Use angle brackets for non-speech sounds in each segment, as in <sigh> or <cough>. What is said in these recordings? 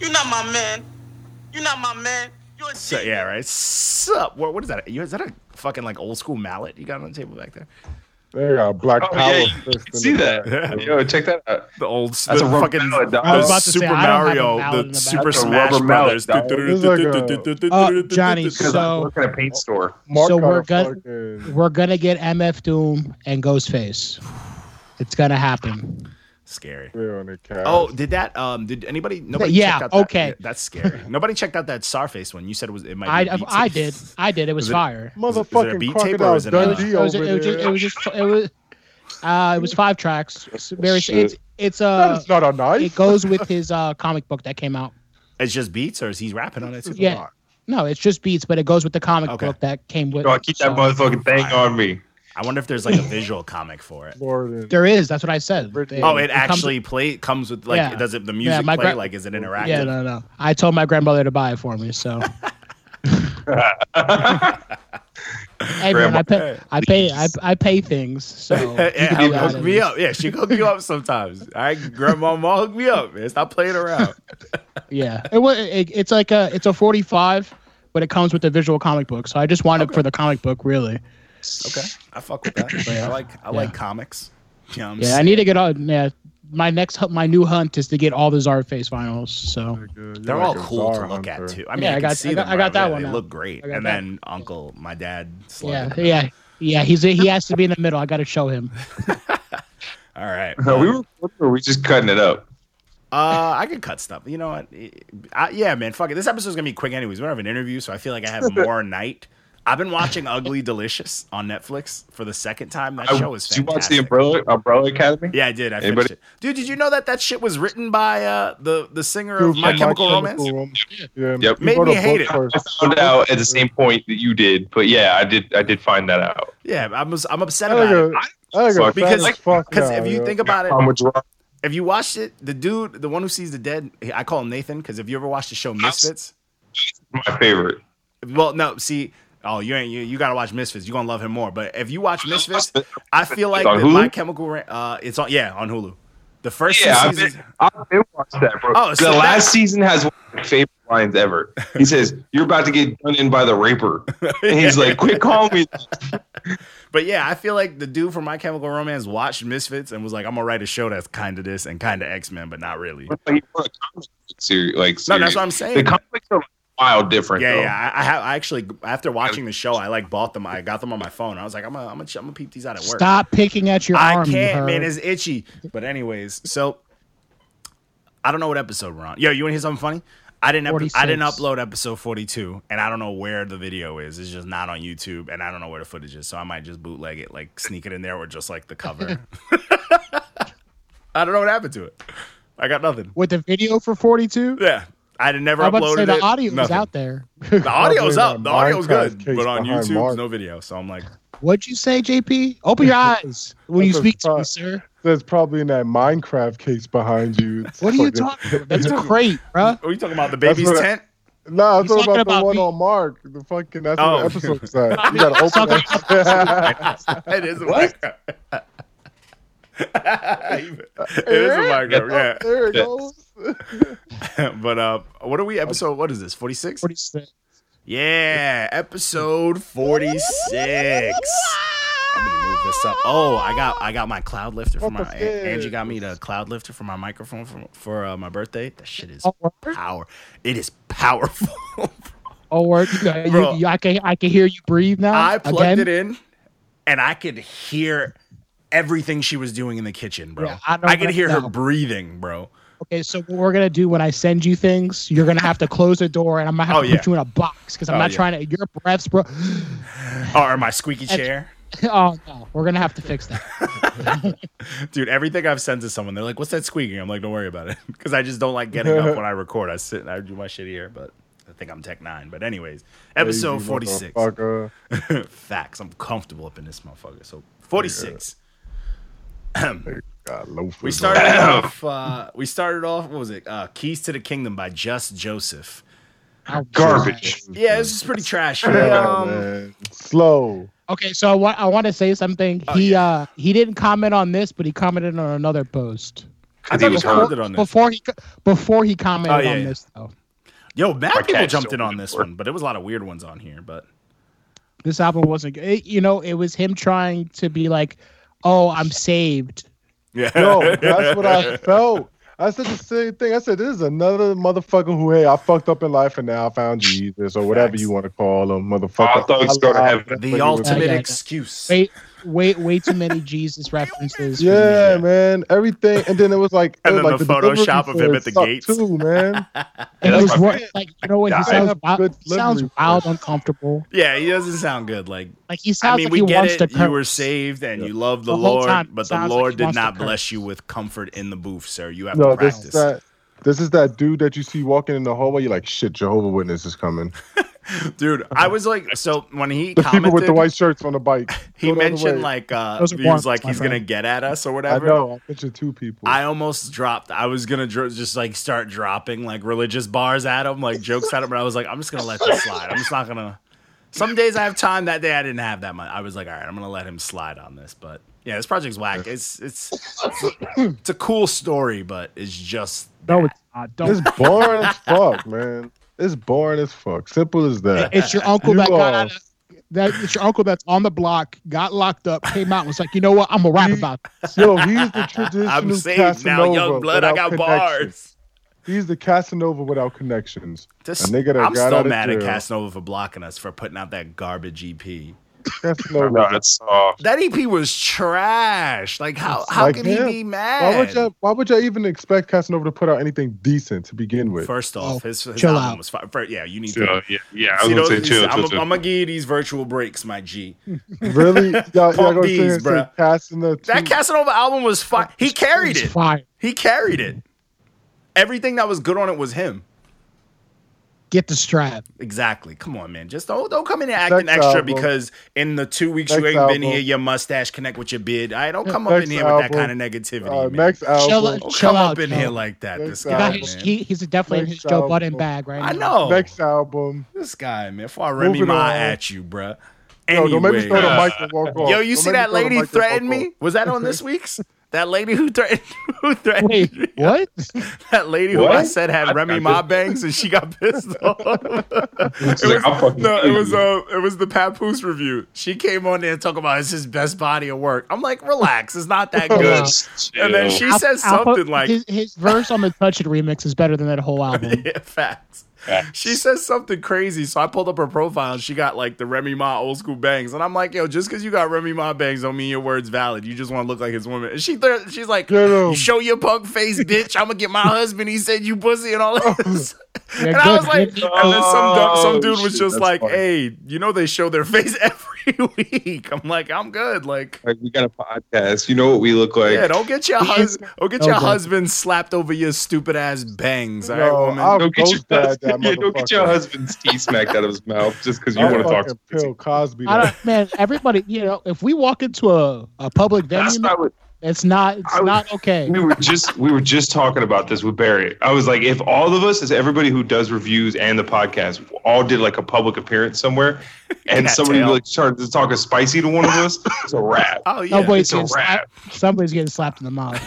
You're not my man. You're not my man. You're a So dick. yeah, right. Sup? What, what is that? You- Is that a fucking like old school mallet you got on the table back there? There you go. Black Oh, power yeah, fist you in can see the that. back. Yo, check that out. The old That's the a rubber fucking mallet, dog. the I was about to say, Super I don't have a Mario, mallet in the the back. Super That's a Smash rubber Brothers. mallet, dog. It's like Oh, Johnny, Because I'm so working at a <laughs> paint store. Mark So got we're a good- fucking- we're gonna get MF Doom and Ghostface. It's gonna happen. Scary. we on the couch. Oh, did that? Um, did anybody? Nobody. Yeah, Checked out that- okay. yeah, that's scary. nobody checked out that Sarface one. You said it was. It might. I be beat I tape. did. I did. It was Was it- fire. it a Motherfucking beat tape or crocodile is it a- Dundee It was, Oh, it over was, just, it there. was just it was uh it was five tracks. It's very Shit. it's it's uh That is not a it knife. goes with his uh comic book that came out. It's just beats, or is he rapping on it? Too? Yeah. No, it's just beats, but it goes with the comic Okay. book that came with. Yo, keep that so- motherfucking thing on me. I wonder if there's like a visual comic for it. Lord and- There is. That's what I said. Original. Oh, it comes- actually play comes with like Yeah. does it the music my play gra- like is it interactive? Yeah, no, no. I told my grandmother to buy it for me. <laughs> So. <laughs> hey man, I pay. I pay. I, I pay things. <laughs> So. you yeah, can do that hook at me least. up. Yeah, she hook you up sometimes. All right, grandma, mom, hook me up, man. Stop playing around. Yeah, it, wa- it, it's like a it's a forty five, but it comes with the visual comic book. So I just wanted it for the comic book, really. Okay, I fuck with that. I like I like comics. You know what I'm Yeah, I saying? need to get on. Yeah, my next hu- my new hunt is to get all the Zarface vinyls. So They're all cool to look at too. I mean, Yeah, I, I can got- see I got- them. I got right that away. one They now. look great. I got And that. then Uncle, my dad, yeah, slugging. yeah, yeah. He's a, he has to be in the middle. I got to show him. All right. Are Uh, we recording or are we just cutting it up? Uh, I could cut stuff. You know what? I, yeah, man. Fuck it. This episode's gonna be quick, anyways. We don't have an interview, so I feel like I have <laughs> more night. I've been watching Ugly Delicious on Netflix for the second time. That I- show is did you fantastic. watch the Umbrella Umbrella Academy? Yeah, I did. I Anybody- finished it. Dude, did you know that that shit was written by uh, the the singer of My Chemical Romance? Yeah, Yep. you Made bought me a hate book it. first. I found out at <laughs> the same point that you did, but yeah, I did. I did find that out. Yeah, I was. I'm upset I think about it. it- I think it's Fuck. Because- fat as fuck Because now, if you yo. think about it, I'm with Gerard. if you watched it, the dude, the one who sees the dead, I call him Nathan. Because if you ever watched the show Misfits, my favorite. well, no, see, oh, you ain't you. You gotta watch Misfits. You are gonna love him more. But if you watch Misfits, I feel like It's on that my Hulu? chemical. Ra- Uh, it's on yeah on Hulu. The first Yeah, two I've seasons. been, I've been watching that, bro. Oh, the so last that- season has one of my favorite lines ever. <laughs> He says, "You're about to get done in by the raper," and he's like, "Quit calling me." But yeah, I feel like the dude from My Chemical Romance watched Misfits and was like, "I'm gonna write a show that's kind of this and kind of X Men, but not really." Like, he wrote a comic book series, like, No, that's what I'm The saying. comics are wild different. Yeah, though. yeah. I, I have. I actually, after watching the show, I like bought them. I got them on my phone. I was like, I'm gonna, I'm gonna, I'm gonna peep these out at work. Stop picking at your I arm. you can't, heard. man. It's itchy. But anyways, so I don't know what episode we're on. Yo, you want to hear something funny? I didn't. Up- I didn't 46. upload episode forty-two, and I don't know where the video is. It's just not on YouTube, and I don't know where the footage is. So I might just bootleg it, like sneak it in there, or just like the <laughs> cover. <laughs> I don't know what happened to it. I got nothing. with the video for forty two. Yeah, I had never I'm about to uploaded say the it. audio is Nothing. out there. <laughs> The audio's Probably up. that The audio's good, Minecraft case but on behind YouTube, Mark. no video. So I'm like, What'd you say, JP? <laughs> Open your eyes when you That's a speak to me, fuck. sir. That's probably in that Minecraft case behind you. It's What are you fucking- talking? about? That's <laughs> a crate, bruh. "Are you talking about the That's baby's what I- <laughs> tent?" Nah, I'm He's talking talking about, about the one me. on Mark. The fucking that's Oh. what episode <laughs> was at. You gotta open <laughs> that. It is a What? micro. <laughs> it is a micro, there it goes. yeah. <laughs> But uh, what are we episode? What is this? Forty six. Forty six. Yeah, episode forty six. I'm gonna move this up. Oh, I got I got my cloud lifter for What my the A- Angie fuck? got me the cloud lifter for my microphone for for uh, my birthday. That shit is Oh, word. power. It is powerful. Oh, word. You, you- Bro. you- I can I can hear you breathe now. I plugged again. it in, and I could hear everything she was doing in the kitchen, bro. Yeah, I, I know could right hear her now. breathing, bro. Okay, so what we're gonna do when I send you things, you're gonna have to close the door, and I'm gonna have Oh, to yeah. put you in a box because I'm Oh, not yeah. trying to. Your breaths, bro. <laughs> Or my squeaky chair. Oh no, we're gonna have to fix that. Dude, everything I've sent to someone, they're like, what's that squeaking? I'm like, don't worry about it. <laughs> Because I just don't like getting up when I record. I sit and I do my shit here, but I think I'm Tech Nine. But, anyways, episode 46. Lazy motherfucker. <laughs> Facts. I'm comfortable up in this motherfucker. So, 46. God, loafers. We started off. Uh, we started off. What was it? Uh, Keys to the Kingdom by Just Joseph. Oh, Garbage. Yeah, this is pretty trash. He, <laughs> Yeah, um, man. Slow. Okay, so I want I want to say something. Oh, he uh he didn't comment on this, but he commented on another post. because he was before, hurt. Commented on this. before he before he commented Oh, yeah, on yeah. this though. Yo, mad Our people cat's jumped in still on this working. one, but there was a lot of weird ones on here. But This album wasn't good. It- you know, it was him trying to be like, "Oh, I'm saved." <laughs> yeah, Yo, that's <laughs> what I felt. I said the same thing. I said, this is another motherfucker who, hey, I fucked up in life and now I found Jesus or whatever Facts. you want to call him, All motherfucker. thugs go to I- heaven. the Like, ultimate yeah, yeah. excuse. Wait, wait, way too many Jesus references. for me. Yeah, man. Everything. And then it was like, And it was then like the Photoshop delivery of him for at the it sucked gates. Too, man. And Yeah, it that's was my ro- like you know what Yeah, I he sounds have wild, good he sounds delivery wild, voice. uncomfortable. Yeah, he doesn't sound good. Like Like he sounds I mean, like we he wants get to it. curse. You were saved and you love the, The whole Lord, time but the sounds like Lord he did wants to not bless curse. you with comfort in the booth, sir. You have No, to this practice. is that. This is that dude that you see walking in the hallway. You're like, shit, Jehovah Witness is coming. Dude, I was like, so when <laughs> he The commented, people with the white shirts on the bike. he Go the other mentioned way. like uh, Those are he was warrants, like my he's friend. gonna get at us or I whatever. know. I mentioned two people. I almost dropped. I was gonna dro- just like start dropping like religious bars at him, like jokes at him, but I was like, I'm just gonna let this slide. I'm just not gonna. Some days I have time. That day I didn't have that much. I was like, all right, I'm gonna let him slide on this. But yeah, this project's whack. It's it's it's a cool story, but it's just No, it's not. Don't. It's <laughs> boring as fuck, man. It's boring as fuck. Simple as that. It's your uncle You that got are- out of, that. It's your uncle that's on the block, got locked up, came out, and was like, you know what? I'm gonna rap about. This. Yo, he's the <laughs> traditional I'm saved now, Casanova young blood. I without got connections. bars. He's the Casanova without connections. This, A nigga that I'm got still out of mad at jail. Casanova for blocking us for putting out that garbage EP. Casanova. <laughs> No, that's soft. That EP was trash. Like how how like can him. he be mad? Why would you? Why would you even expect Casanova to put out anything decent to begin with? First off, Oh, his, his chill album out. was fire. Fir- yeah, you need Yeah, to. yeah, yeah. I was See gonna those- say these- chill, I'm chill, chill. gonna give you these virtual breaks, my G. <laughs> Really? Y'all, y'all Pump gonna sit here these, and say bruh. Casanova? That too? Casanova album was Oh, fire. He carried It's it. fire. He carried it. Everything that was good on it was him. Get the strap. Exactly. Come on, man. Just don't don't come in here acting Next extra album. because in the two weeks you Next ain't been album. here, your mustache connect with your beard. I don't come up in Next here with that kind album. of negativity. Uh, man. next Chill album. out. don't come up in Joe. here like that. Next This He guy, got album. his, man. he, he's definitely in his Next Joe Budden album. bag right now. I know. Next album. This guy, man. Before I Remy Moving Ma on. at you, bruh. Yo, Anyway, don't make me throw the Anyway, mic and walk off. Yo, you Don't see make me that throw the mic lady and threatened walk me? Was that on <laughs> this week's? That lady who threatened, <laughs> who threatened, <laughs> <laughs> Wait, me? what? that lady who I What? said had I- Remy I Ma just- bangs, and she got <laughs> pissed off. it She's like, "I'll was, fucking no, it kill was you." uh, it was the Papoose review. She came on there and talking about it's his best body of work. I'm like, relax, it's not that Oh, good. Just and then chill. she says I'll- I'll put- something like, his, his verse on the Touch It remix is better than that whole album. <laughs> yeah, facts. Facts. She says something crazy, so I pulled up her profile and she got like the Remy Ma old school bangs, and I'm like, yo, just because you got Remy Ma bangs don't mean your words valid. You just want to look like his woman. And she th- she's like, No, no. you show your punk face, bitch. I'm gonna get my husband. He said you pussy and all this. <laughs> Yeah, and I good, was like, good. and then some du- some Oh, dude was just shit, that's like, funny. hey, you know they show their <laughs> face every <laughs> week. I'm like, I'm good. Like. Like we got a podcast. You know what we look like. Yeah, don't get your He is- husband. Don't get Oh, your God. husband slapped over your stupid ass bangs. All off. right, Yo, woman. I'll Don't get, your roast that- that husband, <laughs> yeah, don't get your motherfucker. husband's teeth smacked out of his mouth just because you I'll want to talk fucking to him. Bill Cosby. I don't, man, everybody, you know, if we walk into a, a public venue, That's not what it's not it's I would- <laughs> not okay. we were just we were just talking about this with Barry. I was like, if all of us, is everybody who does reviews and the podcast, all did like a public <laughs> appearance somewhere, and Cat somebody tail. like started to talk a spicy to one of us, it's a wrap. oh yeah. it's Nobody's a getting wrap. slapped. Somebody's getting slapped in the mouth.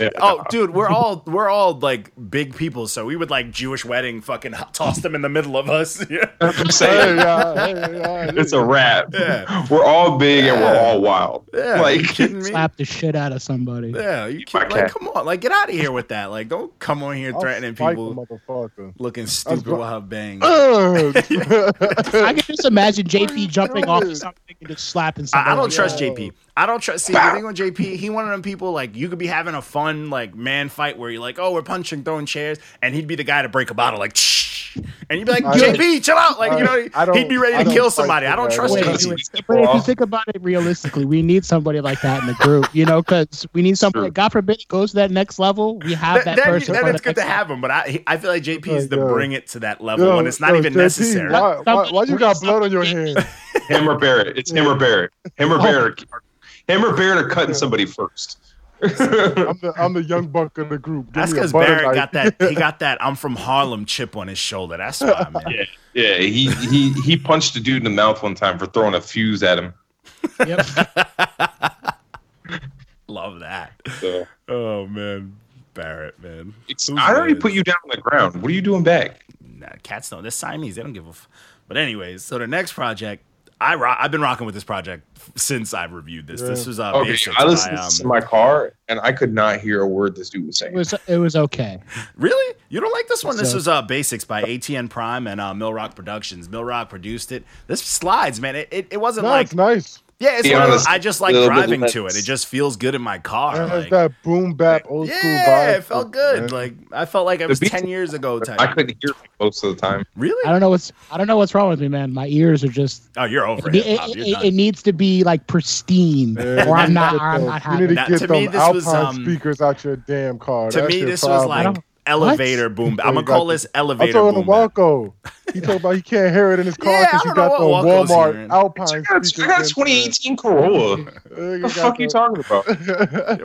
Yeah. Oh, dude, we're all we're all like big people, so we would like Jewish wedding, fucking h- toss them in the middle of us. <laughs> Yeah, <laughs> I'm Hey, saying yeah, hey, yeah, it's a wrap. Yeah. We're all big and we're Yeah. all wild. yeah. are you Like kidding <laughs> me? Slap the shit out of somebody. Yeah, you my kidding? Like, cat. come on, like get out of here with that. Like, don't come on here I'll threatening spike people, the motherfucker. looking stupid right. with her bangs. Uh, I, <laughs> Ugh. I can just imagine JP jumping off of something and just slapping somebody. I don't like, trust Yeah. JP. I don't trust. See, the thing on JP, he one of them people like you could be having a fun like man fight where you're like, oh, we're punching, throwing chairs, and he'd be the guy to break a bottle like. <laughs> Shh. And you'd be like, I JP, don't- chill out. Like, you know, I don't- he'd be I ready to don't kill fight somebody. I with don't that. trust Wait, JP. wait, But if you think about it realistically, we need somebody like that in the group, you know, because we need somebody. Sure. God forbid it goes to that next level, we have Th- that, then, person. then for it's the good to next level. have him, but I I feel like JP is Oh, to God. bring it to that level when it's not yo, even JP, necessary. Why, why, why you got blood <laughs> on your hand? him or Barrett. It's him or Barrett. Him or Barrett. Him or Barrett are cutting somebody first. <laughs> I'm the I'm the young buck of the group. Give That's me a because butter Barrett knife. got that he got that I'm from Harlem chip on his shoulder. That's why <laughs> man. Yeah, yeah. He he he punched a dude in the mouth one time for throwing <laughs> a fuse at him. Yep. Love that. So Oh man, Barrett, man. It's, Who's I already this? put you down on the ground. What are you doing back? Nah, cats don't. They're Siamese. They don't give a. F- but anyways, so the next project, I ro- I've been rocking with this project f- since I reviewed this. This was uh, Okay, basic. I listened by, to um, this in my car and I could not hear a word this dude was It saying. was it was okay. Really? You don't like this one? This So- was uh, Basics by ATN Prime and uh, Mill Rock Productions. Mill Rock produced it. This slides, man. It, it, it wasn't No, like it's nice. yeah. It's Be one of those, honest, I just like little bit driving less- to it. It just feels good in my car. It has like- that boom bap old school vibe. yeah, it felt good. Like I felt like I was beat- ten years ago. Type. I couldn't hear him most of the time. I really? don't know what's I don't know what's wrong with me, man. My ears are just Oh, you're over it, it. hip-hop. it, You're it- done. it needs to be like pristine, Yeah, or I'm you not. need to or I'm get those- not You happy. need That- to to get me, them this Alpine was, um, speakers out your damn car. to That's me, your this was problem. like don't- <laughs> elevator boom. <laughs> I'm gonna you call got this I'm elevator talking boom. to Walco. <laughs> He talking about he can't hear it in his car Yeah, I because don't you know got the what Walco's Walmart hearing. I Alpine got, speakers. I got in. 2018 Corolla. <laughs> What Uh, you the got fuck you the- <laughs> talking about?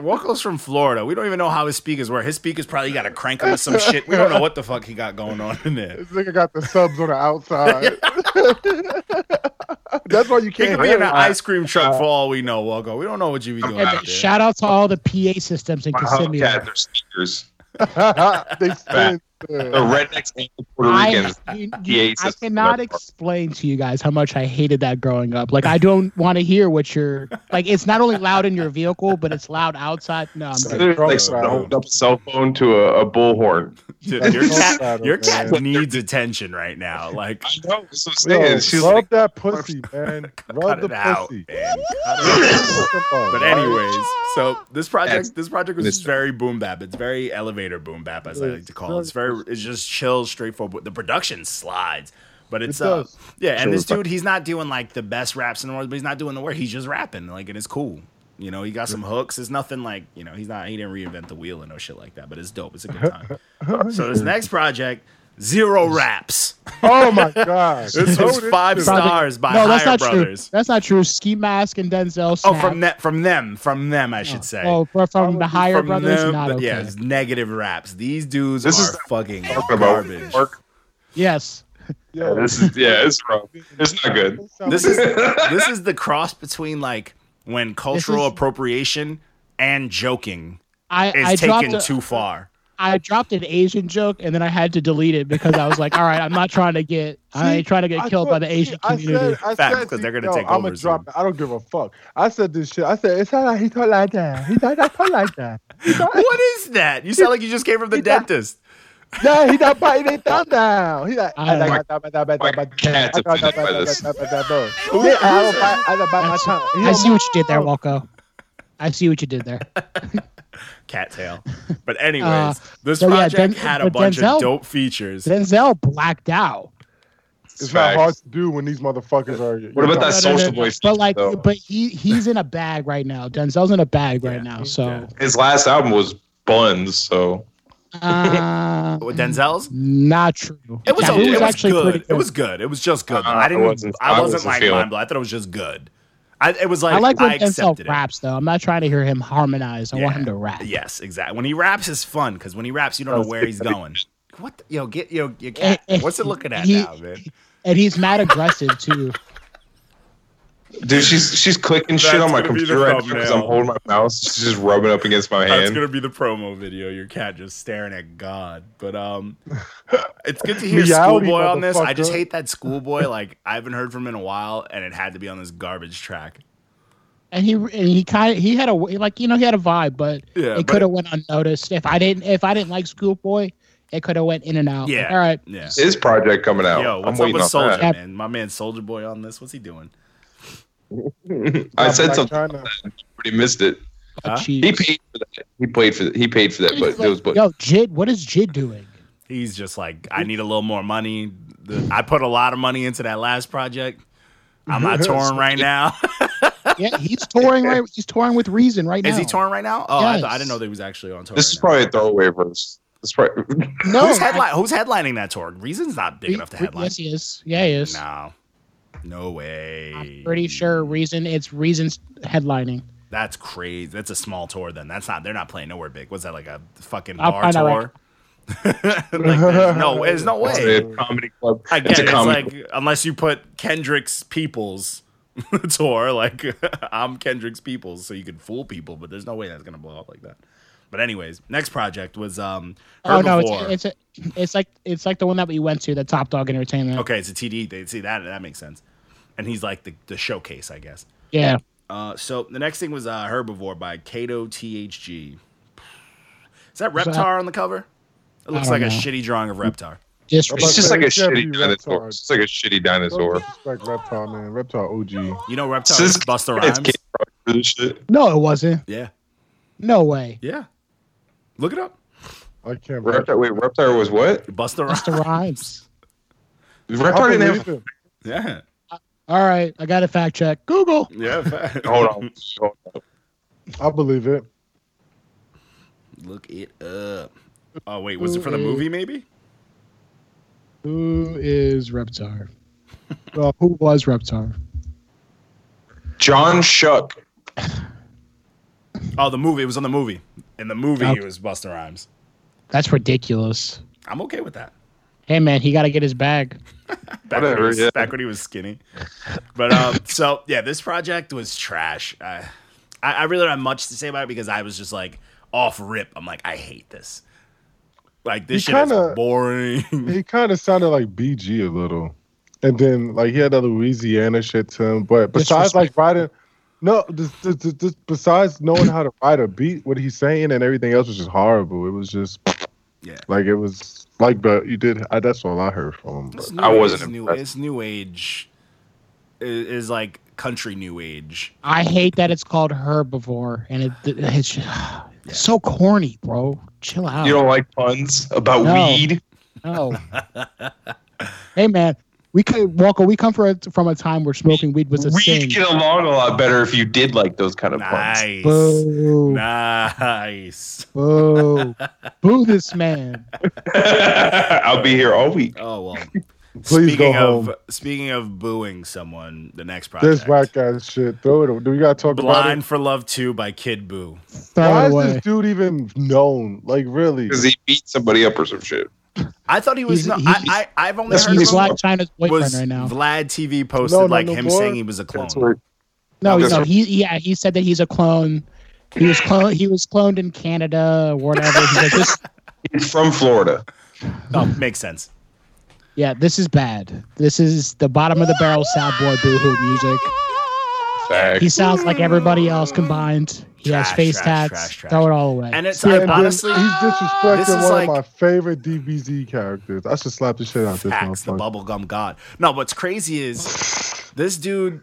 Walco's from Florida. We don't even know how his speakers were. His speakers probably got a crank him or some shit. We don't know what the fuck he got going on in there. This nigga got the subs on the <laughs> outside. That's why you He <laughs> can't could be hear Uh, in an it. ice cream truck for all we know, Walco. We don't know what you be doing. Yeah, out but there. shout out to all the PA systems in My Hubcats Kissimmee. <laughs> are speakers. they spin. The rednecks and the Puerto I, Ricans. you- PA you- I systems cannot are- explain to you guys how much I hated that growing up. Like I don't want to hear what you're like. It's not only loud in your vehicle, but it's loud outside. No, I'm good. They're like someone hooked up a cell phone to a, a bullhorn. Dude, <laughs> your cat, your Man. cat needs attention right now. Like, I know. That's what I'm Yo, saying. She's rub like, <laughs> that pussy, man. cut Rub the it out, <laughs> pussy. man. Cut it out. But anyways, so this That's- project, this project was this- just very boom bap. It's very elevator boom bap, as I like to call it. It's very, it's just chill, straightforward. The production slides, but it's uh, does. yeah. And Sure, this it's like- dude, he's not doing like the best raps in the world, but he's not doing the work. He's just rapping, like, and it's cool. You know, he got some hooks. It's nothing like you know, he's not he didn't reinvent the wheel and no shit like that. But it's dope. It's a good <laughs> time. so this next project, zero raps. oh my god, This was five Project- stars by no, Higher that's not Brothers. true. That's not true. Ski Mask and Denzel. Oh, Snap. from that, from them, from them, I should say. Oh, from, from the Higher from Brothers. them, not but okay. yeah, it's negative raps. These dudes This are is fucking talking about garbage. work. Yes. Yeah, this is yeah, it's rough. It's not good. This <laughs> is this is the cross between like when cultural is- appropriation and joking I, is I dropped taken a, too <laughs> far. I dropped an Asian joke and then I had to delete it because I was like, all right, I'm not trying to get I ain't trying to get killed by the Asian community. I Fact, 'cause they're gonna take I'm over gonna soon. drop. it. I don't give a fuck. I said this shit. I said it's not like he talk like that. He talk, not talk like that. He not, What is that? You sound like you just came from the dentist. yeah, he not biting their thumb down. He like. Oh I my- like- I like- I like- I like- I like- cat's I like- I offended by like- this. I like- I like- no. Yeah, I don't bite- I don't bite my tongue. He I don't see what you did there, Walco. I see what you did there. Cattail. But anyways, Uh, this but yeah, project Den- had a but bunch Denzel- of dope features. Denzel blacked out. It's not hard to do when these motherfuckers are. What about that No, no, no, social no. boy? But like though? but he he's in a bag right now. Denzel's in a bag Yeah. right now. So his last album was Buns, so <laughs> uh, With Denzel's? not true. It was, Taboo a, it was actually good. pretty It was good. It was just good. though. I Uh, I didn't. I wasn't, wasn't- I wasn't like feeling- mind blown. I thought it was just good. I, it was like I I, like when Denzel accepted it. raps though. I'm not trying to hear him harmonize. I want Yeah. him to rap. Yes, exactly. When he raps, is fun because when he raps, you don't know where he's going. What the, yo get yo your cat? What's it looking at Eh, He- now, man? And he's mad aggressive too. dude, she's she's clicking shit That's on my gonna be the computer right now because I'm thumbnail. holding my mouse. She's just rubbing up against my That's hand. gonna be the promo video. Your cat just staring at God. But <laughs> um, it's good to hear Meowdy, Schoolboy on this. I just motherfucker. hate that Schoolboy. Like I haven't heard from him in a while, and it had to be on this garbage track. And he and he kind of he had a like you know he had a vibe, but Yeah, it but- could have went unnoticed. If I didn't if I didn't like Schoolboy, it could have went in and out. Like, Yeah. all right. Yeah. His project coming out. Yo, I'm what's up waiting with on Soldier that. Man? My man Soldier Boy on this. What's he doing? <laughs> I said something, China. but he missed it. Huh? Jeez. He paid for that. He played for that. He paid for that, but it was but Yo, Jid, what is Jid doing? He's just like, I need a little more money. The- I put a lot of money into that last project. I'm not touring right <laughs> now. Yeah, he's touring right. He's touring with Reason right now. Is he touring right now? Oh, I, Yes. thought, I didn't know that he was actually on tour. right this is now. probably a throwaway verse. This probably <laughs> No, who's, I- headline, who's headlining that tour? Reason's not big enough to Re- headline. Yes, he is. Yeah, he is. No, no way. I'm pretty sure Reason. It's Reason's headlining. That's crazy. That's a small tour. Then that's not. They're not playing nowhere big. What's that like a fucking I'll bar find out tour? <laughs> like, there's no, there's no it's way. a comedy club. I get it's it. a It's comedy. like unless you put Kendrick's Peoples <laughs> tour, like I'm Kendrick's Peoples, so you can fool people. But there's no way that's gonna blow up like that. But anyways, next project was um Oh no, it's Herbivore. it's a, it's like it's like the one that we went to, the Top Dog Entertainment. okay, it's a TD. They see that that makes sense. And he's like the, the showcase, I guess. Yeah. Uh, so the next thing was uh, Herbivore by Kato THG. Is that that- Reptar on the cover? It looks don't like a know. shitty drawing of Reptar. Just How about It's just like a It's gotta shitty be dinosaur. retard. It's like a shitty dinosaur. Respect Reptile, man. Reptile OG. You know Reptar So this is Buster It's Rhymes? Kid Rock for this shit. no, it wasn't. Yeah. No way. Yeah. Look it up. I can't remember. Reptar, wait, Reptar was what? Buster That's the Rhymes. rhymes. Reptar didn't have. Yeah. All right, I got to fact check. Google. <laughs> Yeah. Hold on. Hold on. I believe it. Look it up. Oh wait, was it for the movie maybe? Who is Reptar? well, who was Reptar? John Shuck. Oh, the movie. It was on the movie. In the movie, Okay. it was Buster Rhymes. That's ridiculous. I'm okay with that. Hey man, he got to get his bag. Back, when he, Whatever, was, yeah. back when he was skinny. But <laughs> um, so yeah, this project was trash. Uh, I, I really don't have much to say about it because I was just like off rip. I'm like, I hate this. Like this He shit kinda- is boring. <laughs> He kind of sounded like BG a little, and then like he had that Louisiana shit to him. But besides, like riding, no, just, just, just, just besides knowing how to ride a beat, what he's saying and everything else was just horrible. It was just, Yeah. like it was like, but you did. I, that's all I heard from him. It's But new- I wasn't It's new, impressed. it's new age. It is like country new age. I hate that it's called herbivore, and it, it's just, it's so corny, bro. Chill out. You don't like puns about No. weed? No. hey man, we could Walker. We come from a, from a time where smoking weed was a We'd thing. get along a lot better if you did like those kind of puns. Nice. Boo! Nice. Boo! Boo! This man. <laughs> I'll be here all week. Oh well. <laughs> Please speaking go of home. speaking of booing someone, the next project. This whack ass shit. Throw it. away. Do we gotta talk Blind for Love 2 by Kid Boo. Throw about it it? Why is away. this dude even known? Like really? Because he beat somebody up or some shit. I thought he was He's- no, he- I, I I've only That's That's heard what he's he's- from Black China's boyfriend was right now. Vlad TV posted No, no, like no him more. saying he was a clone. That's where No, That's no, right. he yeah, he said that he's a clone. He was clone. He was cloned in Canada or whatever. He's like, this, he's from Florida. Oh, makes <laughs> sense. yeah, this is bad. This is the bottom of the barrel. Sad boy boohoo music. Facts. He sounds like everybody else combined. He has Trash, face trash, tats. trash, trash. Throw it all away. And it's I, Yeah, and then honestly he's this disrespecting is one like- of my favorite DBZ characters. I should slap the shit out this Pax, the motherfucker. bubblegum god. No, what's crazy is this dude.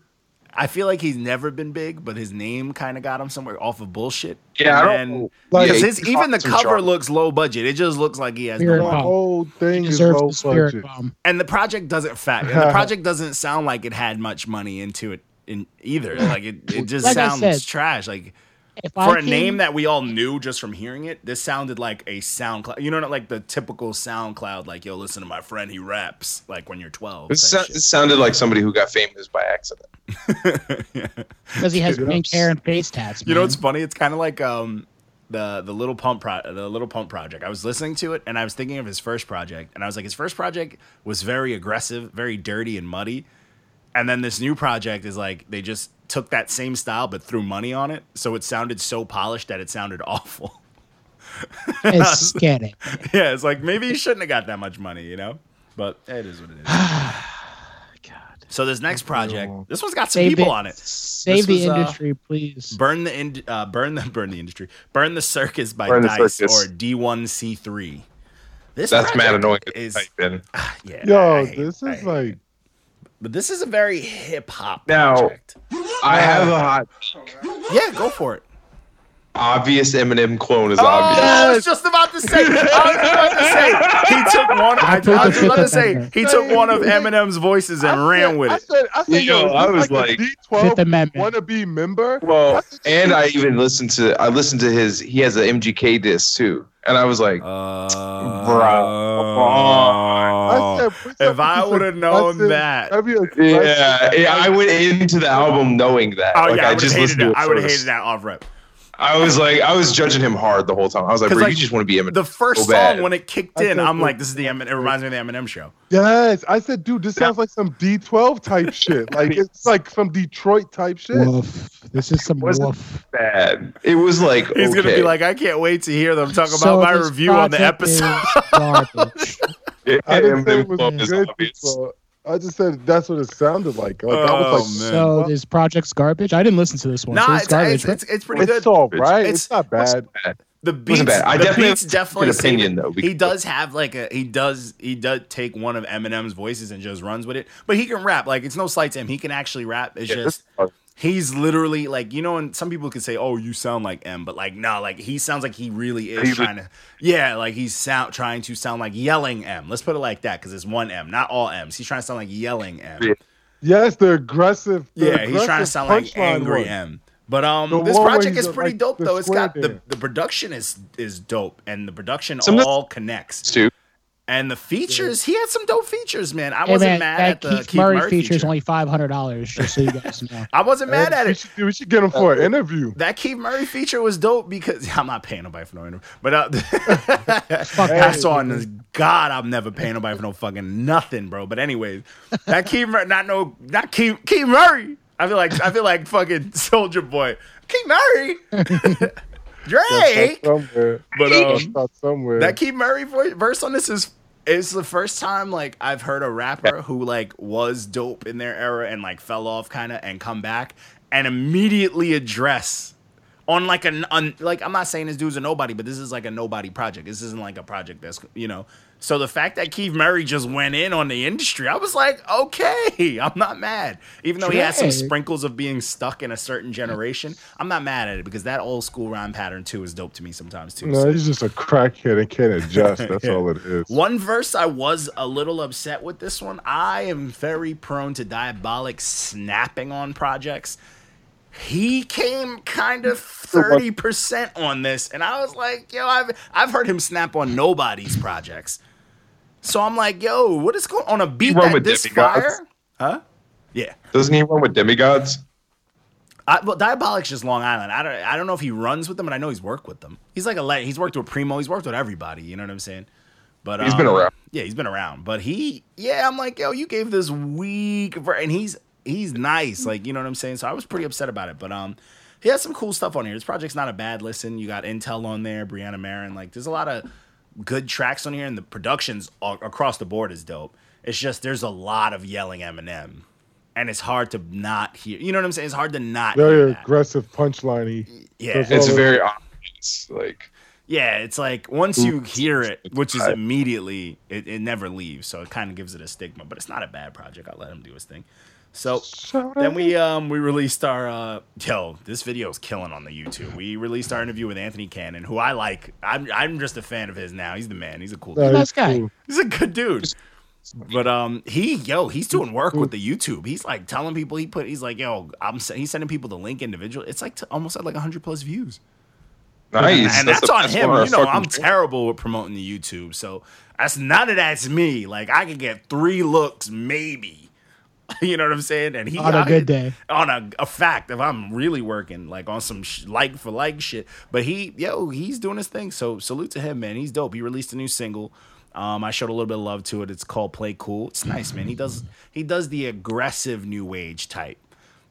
I feel like he's never been big, but his name kind of got him somewhere off of bullshit. Yeah, I don't know. Like- because Yeah, his he's even the awesome, cover Charlie. looks low budget. It just looks like he has no Weird. The Wow. money. whole thing he is deserves low the spirit budget. bomb. And the project doesn't fat. And the project doesn't sound like it had much money into it in either. Like it, it just Like I sounds said, trash. Like If for I a came- name that we all knew just from hearing it, this sounded like a SoundCloud. You know, not like the typical SoundCloud. Like yo, listen to my friend, he raps. Like when you're 12. It, type sou- shit. it sounded like somebody who got famous by accident. <laughs> because he has Dude, pink I'm- hair and face tats. You know man. what's funny? It's kind of like um the the little pump pro- the little pump project. I was listening to it and I was thinking of his first project and I was like his first project was very aggressive, very dirty and muddy. And then this new project is like they just took that same style but threw money on it, so it sounded so polished that it sounded <laughs> awful. it's scary. yeah, it's like maybe he shouldn't have got that much money, you know? But it is what it is. <sighs> God. So this next project, this one's got some Save people the, on it. This Save the was, uh, industry, please. Burn the ind- uh, burn the <laughs> burn the industry. Burn the circus by Burn the Dice Circus. or D1C3. This That's mad project annoying. Is, Type <laughs> in. yeah, Yo, I hate this it. I is hate like it. But this is a very hip hop Now- project. I have a hot. Yeah, go for it. Obvious Eminem clone is obvious. <laughs> I was just about to say. Oh, I was about to say. He took one. I, plead I the was about to fifth say amendment. he took one of Eminem's voices and ran with I it. said, I said, Yo, yo, is I this was like, like- Fifth a D12 Amendment. wannabe member. Well, and I even listened to I listened to his. He has an MGK disc too, and I was like, Oh, Uh, Bro, I said, what's up Oh, if with I this would have known aggressive- that, every <laughs> aggressive- yeah, yeah. I went into the album knowing that. oh like, yeah, I, I would have just hated listened that. to it I would have first. hated that off rep. I was like, I was judging him hard the whole time. I was like, 'Cause, bro, you like, just want to be Eminem. The first So bad. song when it kicked I in, thought I'm that- like, this is the Eminem. It reminds me of the Eminem show. Yes, I said, dude, this sounds like some D12 <laughs> type shit. Like it's like some Detroit type shit. Woof. This is some Wasn't- woof. bad. It was like He's gonna okay. be like, I can't wait to hear them talk about So my this review on the <laughs> project is episode. garbage. Yeah, I didn't say Eminem it was Club is good. obvious. D12. I just said that's what it sounded like. Like I was <laughs> Oh, like, man. so this project's garbage. I didn't listen to this one. so nah, it's, it's, it's garbage. it's, Oh, it's pretty it's good. all right. It's- It's, not bad. The It beats, wasn't bad. I the definitely beats have definitely an save it. opinion though. He because- does have like a he does he does take one of Eminem's voices and just runs with it, but he can rap. Like it's no slight to him. He can actually rap. It's Yeah, just this part- he's literally like you know and some people could say oh you sound like m but like no like he sounds like he really is He's a- trying to yeah like he's sound trying to sound like yelling m let's put it like that because it's one m not all m's he's trying to sound like yelling m Yeah. Yes, the aggressive. the yeah he's trying to aggressive sound like punchline angry one. m but um The this one where project he's is got, pretty like, dope the though it's got square the, dance. the production is is dope and the production Some of the- all connects Stu, and the features he had some dope features man i Hey, wasn't man, mad that at the Keith, Murray, feature is feature. only five hundred dollars. Just so <laughs> you guys know. i wasn't mad at we it Should, we should get him for an interview. <laughs> That Keith Murray feature was dope because <laughs> I'm not paying nobody for no interview. But uh, <laughs> I that. saw in this God, I'm never paying nobody for no fucking nothing, bro. But anyways, that Keith Murray, not no, not Keith, Keith Murray. I feel like I feel like fucking <laughs> Soldier Boy, Keith Murray, <laughs> That's Drake. not somewhere. But That's um, not somewhere. that Keith Murray vo- verse on this is it's the first time like I've heard a rapper who like was dope in their era and like fell off kind of and come back and immediately address on like an on, like I'm not saying this dude's a nobody, but this is like a nobody project. This isn't like a project that's you know. So the fact that Keith Murray just went in on the industry, I was like, okay, <laughs> I'm not mad. Even though he has some Drake. sprinkles of being stuck in a certain generation, I'm not mad at it because that old school rhyme pattern too is dope to me sometimes too. so. no, he's just a crackhead and can't <laughs> adjust. That's all it is. One verse I was a little upset with this one. I am very prone to diabolic snapping on projects. He came kind of 30% on this and I was like, "Yo, I've I've heard him snap on nobody's projects." So I'm like, "Yo, what is going on a beat run that with this demigods. fire?" Huh? Yeah. doesn't he run with demigods? I, well, Diabolic's just Long Island. I don't I don't know if he runs with them, but I know he's worked with them. He's like a le- he's worked with Primo. He's worked with everybody. You know what I'm saying? But um, He's been around. Yeah, he's been around. But he, yeah, I'm like, yo, you gave this weak, ver- and he's he's nice. Like you know what I'm saying. So I was pretty upset about it, but um. He has some cool stuff on here. This project's not a bad listen. You got Intel on there, Brianna Marin. Like, there's a lot of good tracks on here, and the productions a- across the board is dope. It's just there's a lot of yelling Eminem, and it's hard to not hear. You know what I'm saying? It's hard to not. hear Very that. aggressive punchline. Yeah, Well, It's the- very obvious. Like yeah. It's like once you hear it, which is I- immediately, it, it never leaves. So it kind of gives it a stigma, but it's not a bad project. I'll let him do his thing. So Oh, then we um we released our uh yo this video is killing on the YouTube. We released our interview with Anthony Cannon, who I like. I'm I'm just a fan of his now. He's the man. He's a cool. dude. That Nice is guy. cool. He's a good dude. But um, he yo, he's doing work with the YouTube. He's like telling people he put. He's like yo, I'm. se- He's sending people the link individual. It's like to almost at like hundred plus views. And, nice. and that's, the on best him. one I You know, fucking- I'm terrible with promoting the YouTube, so that's none of that's me. Like I could get three looks maybe. <laughs> You know what I'm saying? And he On a out good here- day. On a, a fact, if I'm really working like on some sh- like for like shit, but he yo he's doing his thing. So salute to him, man. He's dope. He released a new single. Um, I showed a little bit of love to it. It's called Play Cool. It's nice, man. He does he does the aggressive new age type.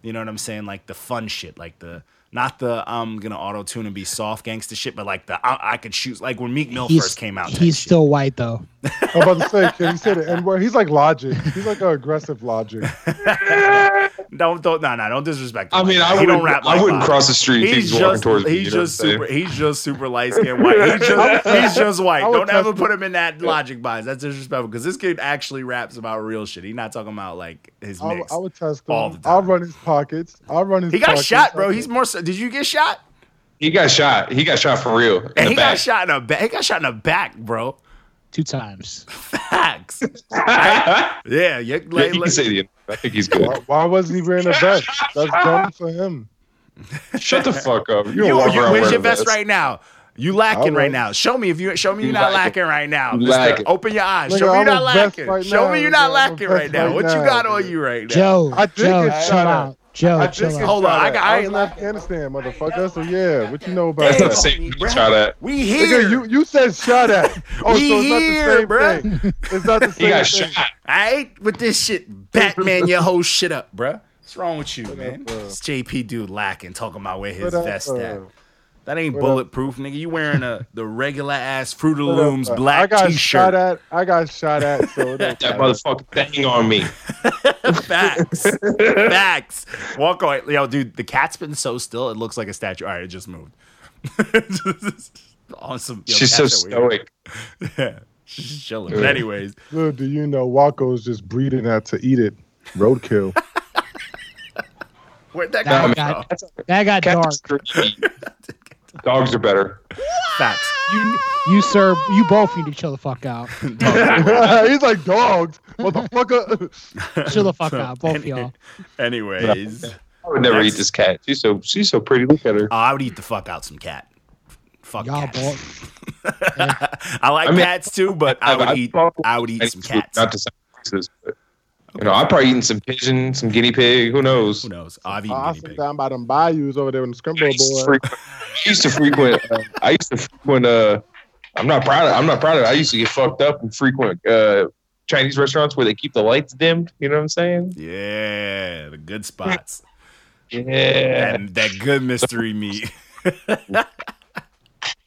You know what I'm saying? Like the fun shit, like the not the I'm gonna auto tune and be soft gangster shit, but like the I, I could shoot like when Meek Mill He's first came out. type He's shit. still white though. I'm about to say, can you say the N word? He's like logic. He's like an <laughs> aggressive logic. don't don't no no don't disrespect. Him I like mean, that. I He wouldn't. don't rap I like wouldn't Bob. cross the street. if he He's was walking just towards me, he's you know just what I'm super he's just super light skinned white. He's <laughs> just he's just white. I would Don't ever trust put him in that logic bias. That's disrespectful because this kid actually raps about real shit. He's not talking about like his I, mix. I would test All him. the time. I'll run his pockets. I'll run his he got pockets. shot, bro. He's more. so- Did you get shot? He got shot. He got shot for real. In And the he back. got shot in a back. He got shot in the back, bro. Two times. <laughs> Facts. yeah, you, Yeah, like, you like- can say the. I think he's good. why, <laughs> why wasn't he wearing a vest? That's dumb for him. Shut the fuck up. You you, don't walk you around where's wearing your a vest vest. right now? You lacking All right right. now. Show me if you show me You you're not lacking lacking. right now. You mister. lacking. Open your eyes. Nigga, show me you're I'm a not vest lacking. right show me now, you're not nigga. I'm a lacking vest right now. right what you now, got on nigga. you right now? Joe. I did Joe, get chill shot at. out. Joe, I chill just out. Hold on, I got- I was in ain't left- Afghanistan, motherfucker. So yeah, what you know about Damn. that? Same shot at. We Nigga, here. you you said <laughs> shot at. Oh, We so it's here, not the same bruh. thing. It's <laughs> not the He same got thing. shot. I ain't with this shit. Batman your whole shit up, bruh. What's wrong with you, man? This JP dude lacking talking about where his uh? What up, vest uh, at. That ain't what up? bulletproof, nigga. You wearing a the regular ass Fruit of the But, uh, Looms I black got shot t-shirt. at. I got shot at. So <laughs> it don't That matter. motherfucking thing on me. Facts. Facts. <laughs> Walk away. Yo, dude, the cat's been so still, it looks like a statue. All right, it just moved. <laughs> awesome. Yo, She's so cats are weird. stoic. <laughs> Yeah. She's just chilling. But anyways, Little do you know, Waco's just breeding out to eat it. <laughs> Roadkill. <laughs> where'd that That come got- from? That got dark. Cats are greedy. Dogs <laughs> are better. Facts. You, you, sir, you both need to chill the fuck out. He's like dogs, <laughs> motherfucker. Chill the fuck So, out, both any- y'all. Anyways, I would never Next. eat this cat. She's so she's so pretty. Look at her. Oh, I would eat the fuck out some cat. Fuck Y'all cats. both. <laughs> I like I mean- cats too, but I would I'd eat fuck with I would eat any some food, cats. Not to sound racist, but you know, I'm probably eating some pigeon, some guinea pig. Who knows? Who knows? I've <laughs> eaten guinea Awesome pig. down by them bayous over there in the I scrimble used to boy. frequent. I used to frequent. Uh, I used to frequent. Uh, I'm not proud. Of, I'm not proud of. It. I used to get fucked up and frequent uh, Chinese restaurants where they keep the lights dimmed. You know what I'm saying? Yeah, the good spots. Yeah. That, that good mystery meat. <laughs>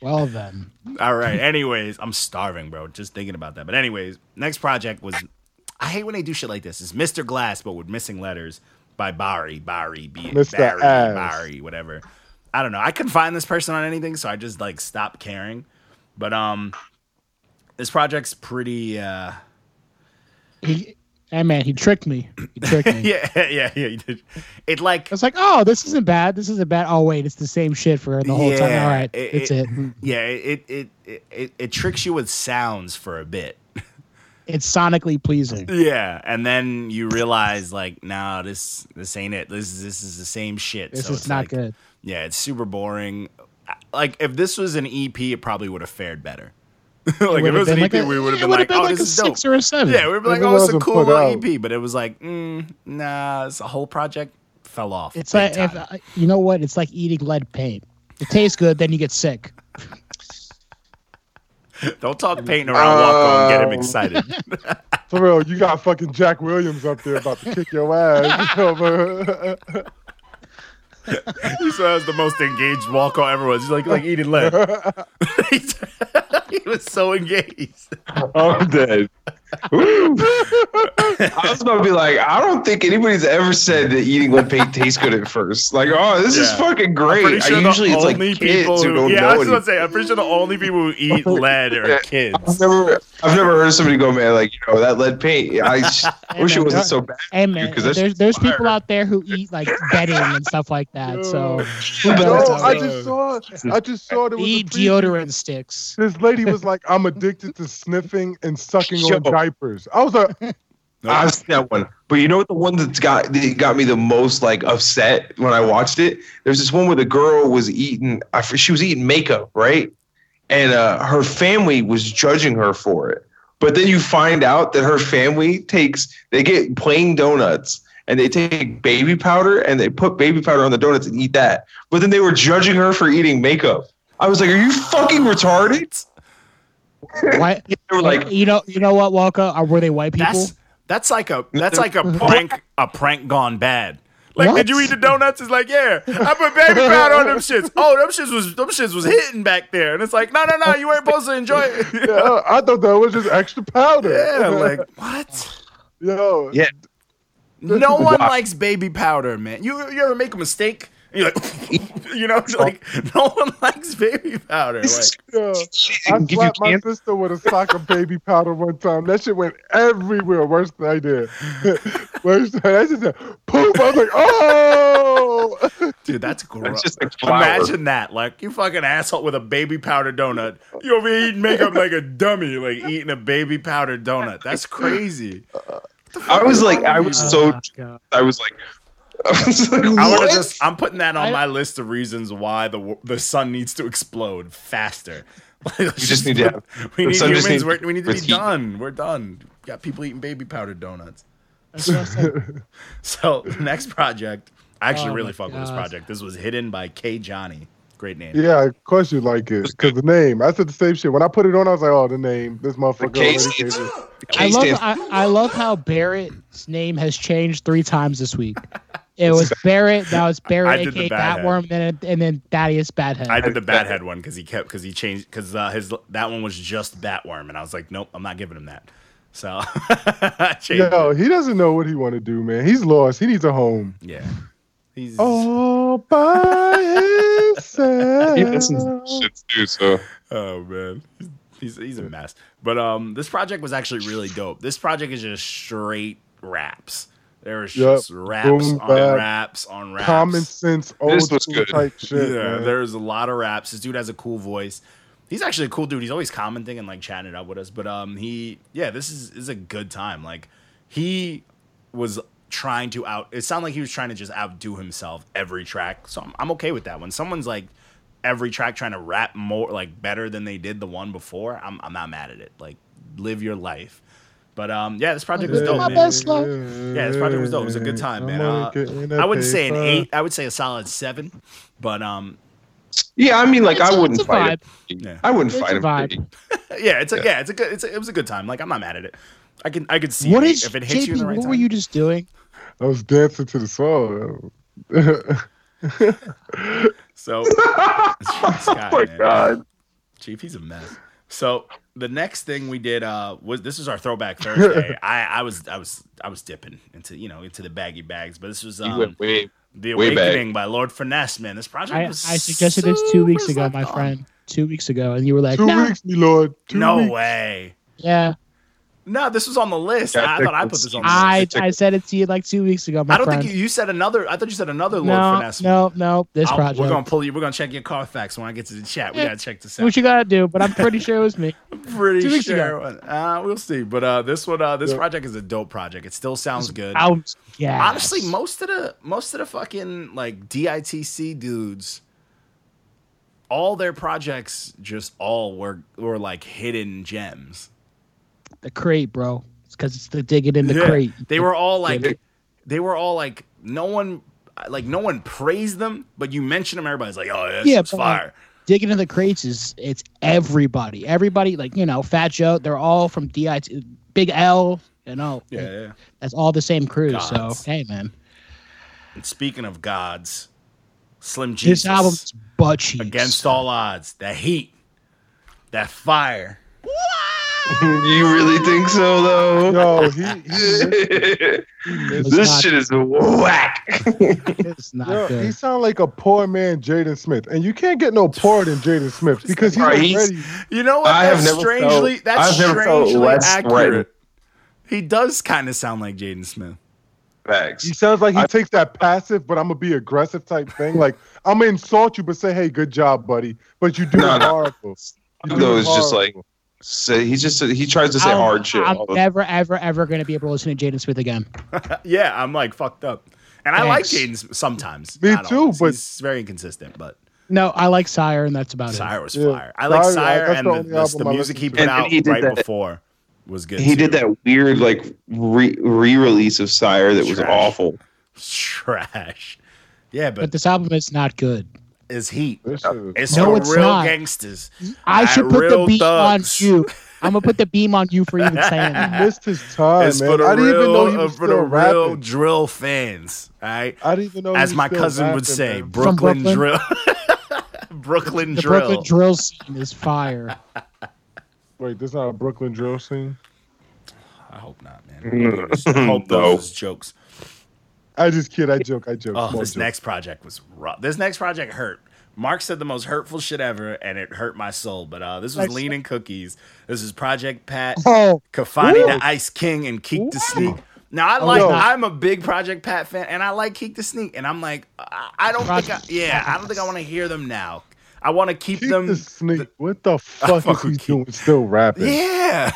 Well then, All right. Anyways, I'm starving, bro. Just thinking about that. But anyways, next project was I hate when they do shit like this. It's Mr. Glass, but with missing letters by Barry, Barry, B Mr. Barry, Ass. Barry, whatever. I don't know. I couldn't find this person on anything, so I just like stopped caring. But um this project's pretty uh <laughs> he, hey man, he tricked me. He tricked me. <laughs> yeah, yeah, yeah. You did. It like It's like, oh, this isn't bad. This isn't bad. Oh wait, it's the same shit for the whole time. Yeah, All right, it- it's it- it. yeah, it it it it, it tricks you with sounds for a bit. It's sonically pleasing. Yeah, and then you realize like, nah, this this ain't it. This this is the same shit. This so is it's not like- good. Yeah, it's super boring. Like if this was an EP, it probably would have fared better. <laughs> like if it would've was an been EP, like a- we would have it been would've like, been oh, like this a is six dope. or a seven. Yeah, we'd be like, If it oh, it's a wasn't cool put little out. EP, but it was like, mm, nah, it's a whole project fell off. It's big like if, uh, time. you know what? It's like eating lead paint. It tastes good, then you get sick. don't talk painting around Walko and get him excited. <laughs> For real, you got fucking Jack Williams up there about to kick your ass. <laughs> You <laughs> know, bro. He said that was the most engaged Walko ever was. He's like like eating lead. <laughs> <laughs> he was so engaged. I'm dead. Woo. I was about to be like, I don't think anybody's ever said that eating lead paint tastes good at first. Like, oh, this is Yeah. fucking great. I usually it's like kids who don't yeah, I know was anything. gonna say, I'm pretty sure the only people who eat lead are Yeah. I've kids. never, I've never heard somebody go, man, like you know that lead paint. I s- wish it wasn't so bad. Hey man, 'cause that there's shit's there's fire. people out there who eat like bedding and stuff like <laughs> that. So But No, that's no, not I good. just saw. I just saw there was a E eat preview. deodorant <laughs> sticks. This lady was like, <laughs> "I'm addicted to sniffing and sucking Yo. on diapers." I <laughs> was like, I've seen that one. But you know what? The one that's got that got me the most like upset when I watched it. There's this one where the girl was eating. I, f- she was eating makeup, right? And uh, her family was judging her for it. But then you find out that her family takes they get plain donuts and they take baby powder and they put baby powder on the donuts and eat that. But then they were judging her for eating makeup. I was like, "Are you fucking retarded?" Why? They were like, you know, you know what, Walker? Are were they white people? That's that's like <laughs> a that's like a prank a prank gone bad. Like, What? did you eat the donuts? It's like, yeah, I put baby powder on them shits. Oh, them shits was them shits was hitting back there, and it's like, no, no, no, you weren't supposed to enjoy <laughs> it. "Yeah, I thought that was just extra powder." yeah, like what? yo, "Yeah, No one Wow. likes baby powder, man. You you ever make a mistake? and You're like, <laughs> you know, <laughs> it's like no one likes baby powder. Like, Oh. this is- yo. I I can give you slapped my cancer." sister with a sock of baby powder one time. That shit went everywhere. Worse than I did. <laughs> Worse than I just said, poop. I was like, oh. dude, that's <laughs> gross. It's just like flour. Imagine that, like you fucking asshole with a baby powder donut. You over here eating makeup like a dummy, like eating a baby powder donut. That's crazy. I was like, I was so Oh, God. I was like, <laughs> I was like, I what? want to just. I'm putting that on I- my list of reasons why the wo- the sun needs to explode faster. <laughs> we just need to have- We the need sun just humans. needs- we're- we need to be with heat. done. We're done. Got people eating baby powder donuts. <laughs> That's what I said. So the next project, I actually Oh really my fuck with this God. project. This was hidden by K Johnny. Great name. Yeah, of course you like it because the name. I said the same shit when I put it on. I was like, oh, the name. This motherfucker. K already stands- gave it- I K love stands- I, I love how Barrett's name has changed three times this week. It <laughs> was Barrett, now it's I Barrett, did the aka bad head. Batworm, and then and then Thaddeus Badhead. I did the Bathead one because he kept because he changed because uh, his that one was just Batworm and I was like, nope, I'm not giving him that. So <laughs> I changed. Yo, it. he doesn't know what he want to do, man. He's lost. He needs a home. Yeah. He's oh, All by himself. He listens to shit too, so oh, man, he's he's a mess. But um, this project was actually really dope. This project is just straight raps. There was Yep. just raps Boom, on bap. raps on raps. Common sense, old This was school good. type shit. yeah, man. there's a lot of raps. This dude has a cool voice. He's actually a cool dude. He's always commenting and like chatting it up with us. But um, he yeah, this is is a good time. Like he was trying to out. It sounded like he was trying to just outdo himself every track. So I'm, I'm okay with that. When someone's like every track trying to rap more like better than they did the one before, I'm I'm not mad at it. Like live your life. But um, yeah, this project was Live dope. my man. best life. Yeah, this project was dope. It was a good time, man. I'm Uh, gonna get in a I wouldn't say an paper. eight. I would say a solid seven. But um, yeah, I mean, like It's a- I wouldn't it's a fight him. Yeah. I wouldn't It's fight a him. vibe. <laughs> yeah, it's a yeah, it's a good, it's a, it was a good time. Like I'm not mad at it. I can I could see what it, is if it hits JP, you in the right what time. were you just doing? I was dancing to the song. <laughs> So Scott, Oh my man. god! GP's a mess. So the next thing we did uh, was this is our <laughs> throwback Thursday. I, I was I was I was dipping into you know into the baggy bags, but this was You um, went way- <laughs> the way back. awakening by Lord Finesse. Man, this project I, I was suggested this two weeks super ago, my slept on. friend. Two weeks ago, and you were like, Two "Nah, weeks, me lord. Two No weeks. way. yeah, No, this was on the list. Yeah, I I, think thought I put it's- this on the list. I It's a- I said it to you like two weeks ago, my I don't friend." think you, you said another. I thought you said another Lord no, Finesse. no, no, this I'll- project. We're gonna pull you. We're gonna check your Carfax when I get to the chat. We Yeah. gotta check this Do what out. you gotta do, but I'm pretty sure it was me. Pretty two weeks sure. Uh, we'll see. But uh, this one, uh, this project is a dope project. It still <laughs> sounds good. Out, yeah. Honestly, most of the most of the fucking like DITC dudes, all their projects just all were were like hidden gems. the crate, bro. It's because it's the digging in the Yeah. crate. They were all like, it. they were all like, no one, like no one praised them, but you mention them, everybody's like, oh yeah, Yeah, it's but, like, fire. digging in the crates is it's everybody. Everybody like you know Fat Joe. They're all from DIT, Big L. You know, Yeah, yeah. that's all the same crew. Gods. So hey, man, And speaking of gods, Slim Jesus. this album's butt cheeks. against all odds, that heat, that fire. You really think so, though? <laughs> Yo, he, he <laughs> this not- shit is whack. it's not Yo, good. he sound like a poor man, Jaden Smith, and you can't get no poorer than Jaden Smith because he's Right, already. he's- You know what? I that's have never strangely felt- that's I've never felt strangely less threatened. accurate. He does kind of sound like Jaden Smith. Facts. he sounds like he I- takes that passive, but I'm gonna be aggressive type thing. Like I'm gonna insult you, but say, "Hey, good job, buddy." But you do No, it no. horrible. You do Though it it's just like horrible. so he just he tries to say I'm- hard shit. I'm all the- never, ever, ever gonna be able to listen to Jaden Smith again. Uh, yeah, I'm like fucked up. And I like Thanks. Jaden Smith sometimes. Me not too, always. but- he's very inconsistent. But No, I like Sire, and that's about Sire was Yeah. fire. I like Sire, Sire, that's and the, the only the, the album I music he listened put to. And then out he did right that- before was good. he too. did that weird like re- re-release of Sire that was Trash. awful. <laughs> trash. Yeah, it. But but, this album is not good. it's heat. This shit is- It's No, for it's real not. gangsters. I Alright, should put the real beam thugs. on you. I'm gonna put the beam on you for even saying that. He missed his time, It's man. for the I didn't real, even know he uh, was for the still real rapping. drill fans. All right, I didn't even know. he as was my still cousin would rapping, say, man. Brooklyn, Brooklyn? drill. <laughs> Brooklyn The drill. Brooklyn drill scene is fire. Wait, this not a Brooklyn drill scene. I hope not, man. I hope No. those was jokes. I just kid. I joke. I joke. Oh, small this joke. next project was rough. This next project hurt. Mark said the most hurtful shit ever, and it hurt my soul. But uh, this was Nice. Lean and Cookies. This is Project Pat. Oh, Kafani Ooh. the Ice King and Keek the Ooh. Sneak. Now I like no. I'm a big Project Pat fan and I like Keek the Sneak and I'm like I, I don't think I, Project yeah I don't think I want to hear them now. I want to keep Keep them the sneak. What the fuck, fuck is with he Keith. doing? Still rapping. yeah.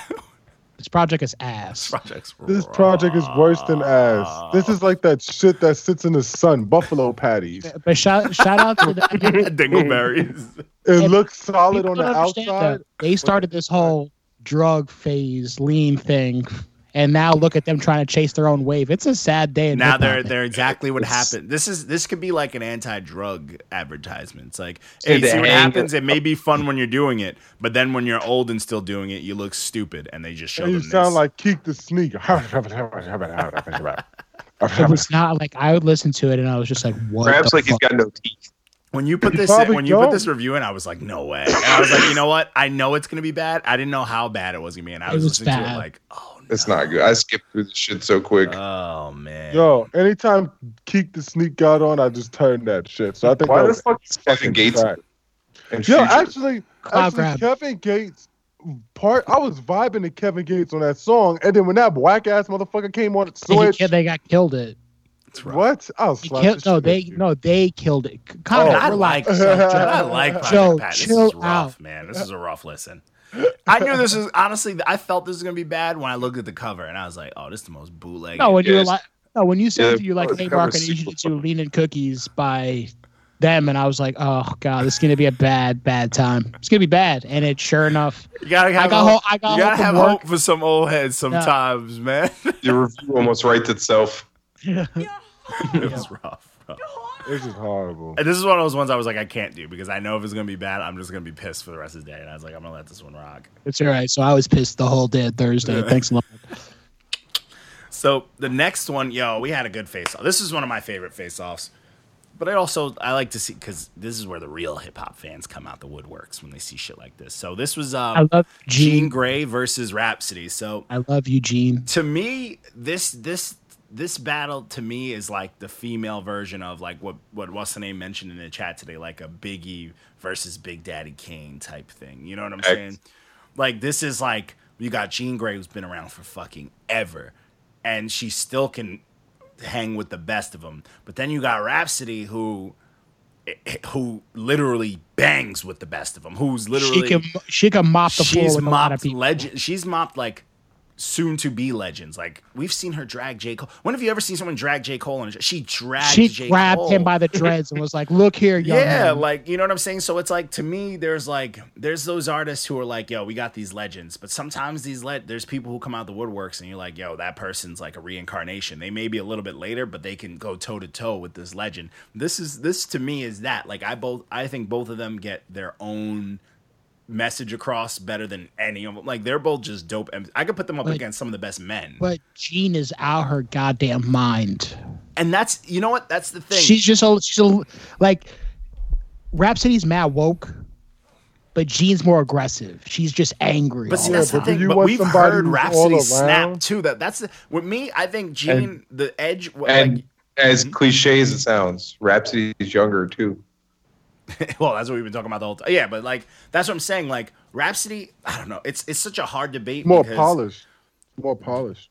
this project is ass. Projects This project is worse than ass. This is like that shit that sits in the sun, buffalo patties. But shout, shout out to <laughs> <laughs> the, dingleberries. It looks solid people on the don't understand outside. that They started this whole drug phase lean thing And now look at them trying to chase their own wave. It's a sad day. In now hip-hop, they're man. they're exactly what It's- happened. This is this could be like an anti-drug advertisement. It's like, Say hey, the see what hang- happens. It may be fun when you're doing it, but then when you're old and still doing it, you look stupid. And they just show you them sound this. like Keek the <laughs> Sneaker. <laughs> It was not like I would listen to it and I was just like, what? Perhaps the like he's fuck? got no teeth. when you put You this in, probably when you put don't. this review in, I was like, no way. And I was like, you know what? I know it's gonna be bad. I didn't know how bad it was gonna be, and I It was, was listening to bad. it like, oh no, That's not good. I skipped through this shit so quick. Oh man, Yo, anytime Keek the Sneak got on, I just turned that shit. So I think Why that the was fuck is Kevin fucking Gates trash. and Yo, Future? actually, Cloud actually grab. Kevin Gates part. I was vibing to Kevin Gates on that song, and then when that whack ass motherfucker came on He Switch, killed, they got killed it. That's right. what? I was He slapping killed, the no, shit they out of you. no, they killed it. C- God, Oh, Connor, I we're like live. Project Pat. I like Project Joe, Pat. This chill is rough, out. man. This is a rough listen. I knew this was honestly. I felt this was gonna be bad when I looked at the cover, and I was like, "Oh, this is the most bootleg." No, when you were Yes. like, no, when you Yeah, said that you like, that hey, was Mark, and you super should do Lean and Cookies by them, and I was like, oh god, this is gonna be a bad, bad time. It's gonna be bad, and it sure enough, you gotta have I got hope. hope. I got you gotta hope. have from work. hope for some old heads sometimes, man. <laughs> the review almost writes itself. <laughs> it was rough. rough. This is horrible. And this is one of those ones I was like, I can't do because I know if it's gonna be bad, I'm just gonna be pissed for the rest of the day. And I was like, I'm gonna let this one rock. It's all right. So I was pissed the whole day Thursday. Thanks a lot. So the next one, yo, we had a good face off. This is one of my favorite face offs. But I also I like to see because this is where the real hip hop fans come out the woodworks when they see shit like this. So this was I um, love Gene Gene. Gray versus Rhapsody. So I love Eugene. to me, this this this battle to me is like the female version of like what what what's the name mentioned in the chat today, like a Biggie versus Big Daddy Kane type thing. You know what I'm Ex- saying? Like this is like you got Jean Grey who's been around for fucking ever, and she still can hang with the best of them. But then you got Rhapsody who eh, who literally bangs with the best of them. Who's literally She can she can mop the floor she's with a lot of mopped people. legend. She's mopped like soon to be legends. Like we've seen her drag J Cole. When have you ever seen someone drag J Cole? And she dragged She J grabbed Cole. <laughs> him by the dreads and was like, "Look here, young yeah, man." like you know what I'm saying. So it's like to me, there's like there's those artists who are like, yo, we got these legends, but sometimes these let there's people who come out the woodworks and you're like, yo, that person's like a reincarnation. They may be a little bit later, but they can go toe to toe with this legend. This is this to me is that like I both I think both of them get their own message across better than any of them. Like they're both just dope. And I could put them up But- against some of the best men. But Gene is out her goddamn mind. and that's you know what? That's the thing. She's just a, she's a, like Rhapsody's mad woke, but Jean's more aggressive. She's just angry. But all see, the that's the time. do thing. you But want we've somebody heard who's Rhapsody all snap around? too. That that's the, with me. I think Gene, the edge. w- And as cliche as it sounds, Rhapsody is younger too. like, <laughs> well, that's what we've been talking about the whole time. Yeah, but like that's what I'm saying. Like Rhapsody, I don't know. It's it's such a hard debate. More because polished. More polished.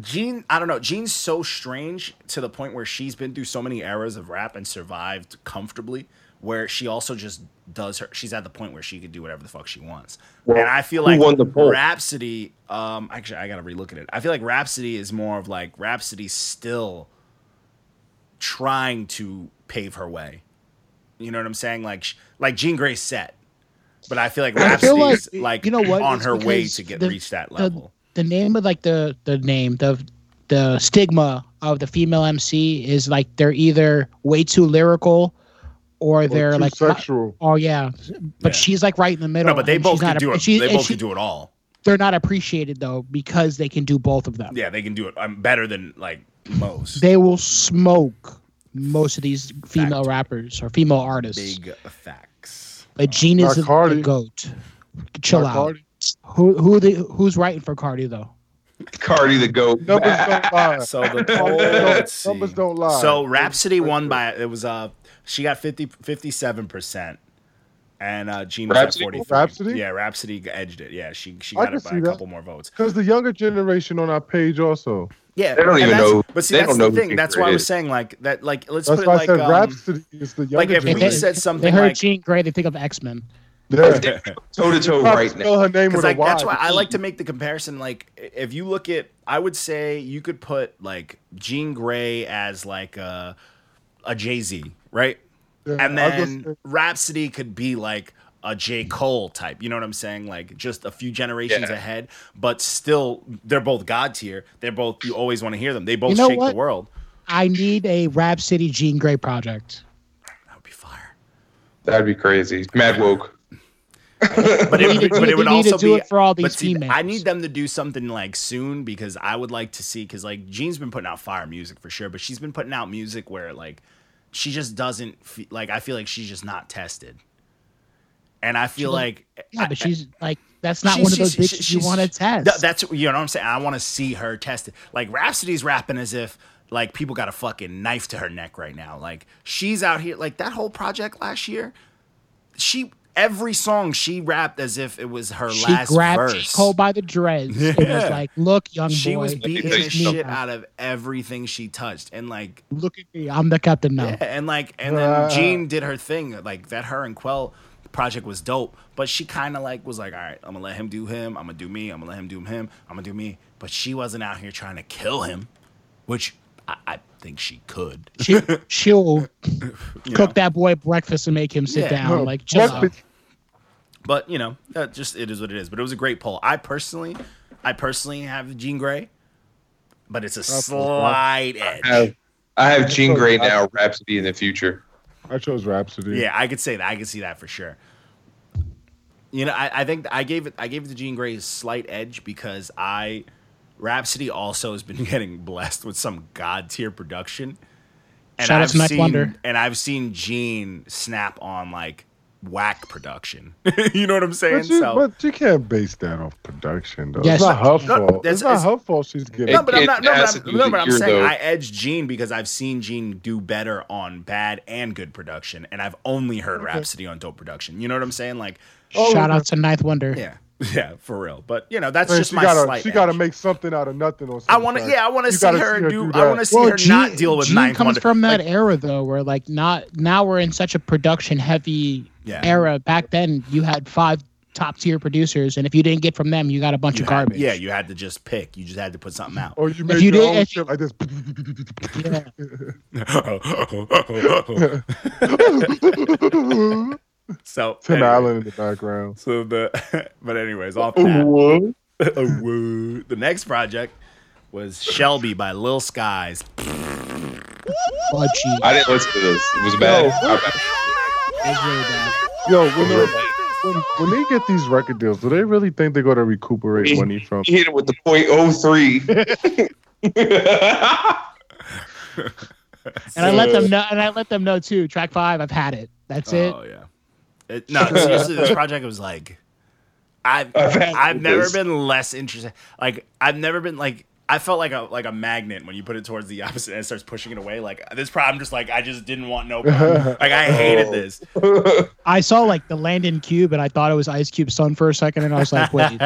Gene, I don't know. Gene's so strange to the point where she's been through so many eras of rap and survived comfortably. Where she also just does her. She's at the point where she can do whatever the fuck she wants. Well, and I feel who like won the poll? Rhapsody. Um, actually, I gotta relook at it. I feel like Rhapsody is more of like Rhapsody's still trying to pave her way. You know what I'm saying? Like, sh- like Jean Grey set, but I feel like I feel like- Rhapsody's like, you know what? on It's her way because to get the- reach that the- level. the name of like the the name the the stigma of the female MC is like they're either way too lyrical or they're Or too like sexual. oh yeah Yeah. but she's like right in the middle no, but they and both she's not can do a- it. she- they and both she- can do it all. they're not appreciated though because they can do both of them Yeah, they can do it. I'm better than like most. they will smoke most of these female Fact. rappers or female artists Big facts. but Gene is the, Not Cardi. the goat chill Not out Cardi. who who they who's writing for Cardi though Cardi the goat. Numbers <laughs> <laughs> don't lie. So the poll. Numbers don't- let's see. numbers don't lie. So Rhapsody won by it was uh she got 50 57 percent. And uh Gene was at Rhapsody? 43. Rhapsody? Yeah, Rhapsody edged it. Yeah, she she I got can it by see a that. couple more votes. Because the younger generation on our page also. Yeah, They don't and even that's- know- But see, they that's don't the know who thing. Gene That's Grey why I was is. saying like that. Like let's That's put it why like I said um, Rhapsody is the like younger if we they- generation. said they something heard like Gene Grey they think of X Men Yeah. <laughs> Toe to toe Probably right now. spell her name because with a like Y. that's why I like to make the comparison. Like i- if you look at, I would say you could put like Jean Grey as like a a Jay Z, right? Yeah, and I was then gonna say- Rhapsody could be like a J. Cole type. You know what I'm saying? Like just a few generations Yeah. ahead, but still they're both God tier. They're both you always want to hear them. They both You know shake what? the world. I need a Rhapsody Jean Grey project. That would be fire. That'd be crazy. Mad woke. But it, We would- need to- but it we would need to also do be it for all but these see, teammates. I need them to do something like soon because I would like to see because like Jean's been putting out fire music for sure, but she's been putting out music where like she just doesn't fe- like I feel like she's just not tested, and I feel She like Yeah, but I- she's like that's not She- one of she- those she- bitches she- you want to she- test. Th- that's you know what I'm saying. I want to see her tested. Like Rhapsody's rapping as if like people got a fucking knife to her neck right now. Like she's out here like that whole project last year. She every song she rapped as if it was her she last grabbed J. verse. Cole by the dreads. It Yeah. was like, look, young she boy, was beating the Look at me shit now. out of everything she touched, and like look at me, I'm the captain now. yeah, and like and then Jean did her thing. Like that her and Quell project was dope, but she kind of like was like, all right, I'm gonna let him do him. I'm gonna do me. I'm gonna let him do him. I'm gonna do me. But she wasn't out here trying to kill him, which I, I think she could. She <laughs> she'll cook that boy breakfast and make him sit Yeah. down. No, like, chill out. breakfast- But you know, that just it is what it is. But it was a great poll. I personally, I personally have Jean Grey, but it's a slight edge. I have, I have Jean Grey now, Rhapsody in the future. I chose Rhapsody. Yeah, I could say that. I could see that for sure. You know, I, I think I gave it I gave it to Jean Grey a slight edge because I Rhapsody also has been <laughs> getting blessed with some god tier production. And Shout out to Mike seen Wonder. and I've seen Jean snap on like whack production. <laughs> you know what I'm saying? But you, so but you can't base that off production, though. Yes, it's not you her can. No, fault. that's- It's not it's- her fault she's getting. no, but I'm It not. No, has but to I'm, do no, with but I'm your saying though. I edge Gene because I've seen Gene do better on bad and good production, and I've only heard Rhapsody on dope production. You know what I'm saying? Like, Shout out to Ninth <laughs> Wonder. Yeah, yeah, for real. But you know, that's Man, just she my gotta, slight. She gotta edge. make something out of nothing. On I want to. Spotify. Yeah, I want to You see gotta her do. that. I want to see her Gene- not deal with Gene ninth comes wonder. from that Like, era though, where like not now we're in such a production heavy Yeah. era. Back then, you had five top tier producers, and if you didn't get from them, you got a bunch of garbage. yeah, you had to just pick. You just had to put something <laughs> out. Or you make you your did- own if shit <laughs> like this. Yeah. so <laughs> Tim anyway, Allen in the background. So the <laughs> but anyways, off Oh, that. Uh, <laughs> woo. <laughs> the next project was Shelby by Lil Skies. Oh, gee. I didn't listen to this. It was bad. No. I- That's really bad. <laughs> Yo, when, they, when, when they get these record deals, do they really think they're gonna recuperate Me- money from? He hit it with the .03. And I let them know. And I let them know too. Track five, I've had it. That's it. Oh yeah. It, no, seriously, this project was like, I've I've had I've never this. been less interested. Like I've never been like I felt like a like a magnet when you put it towards the <laughs> opposite and it starts pushing it away. Like this problem, just like I just didn't want <laughs> no problem. like I Oh. hated this. I saw like the Landon Cube, and I thought it was Ice Cube's son for a second, and I was <laughs> like, wait,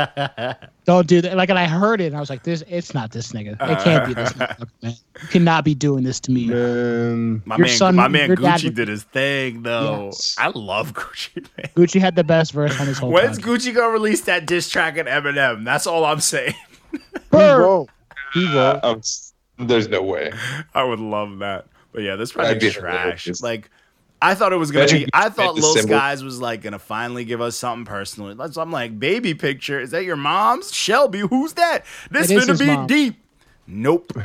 don't do that. Like, and I heard it, and I was like, this, it's not this nigga. It can't be this nigga, man. You cannot be doing this to me. Man, My Your man, son- my man your dad Gucci would- did his thing though. Yes. Oh, I love Gucci. Man. Gucci had the best verse on his whole. When's project. Gucci gonna release that diss track at Eminem? That's all I'm saying. he won't. <laughs> He won't. I'm s- there's no way. I would love that. But yeah, this That'd project is be trash. hilarious. Like, I thought it was gonna Imagine be. you I thought get the Lil symbol. Skies was like gonna finally give us something personal. That's- I'm like, baby picture. Is that your mom's? Shelby, who's that? This It is gonna his be mom. deep. Nope.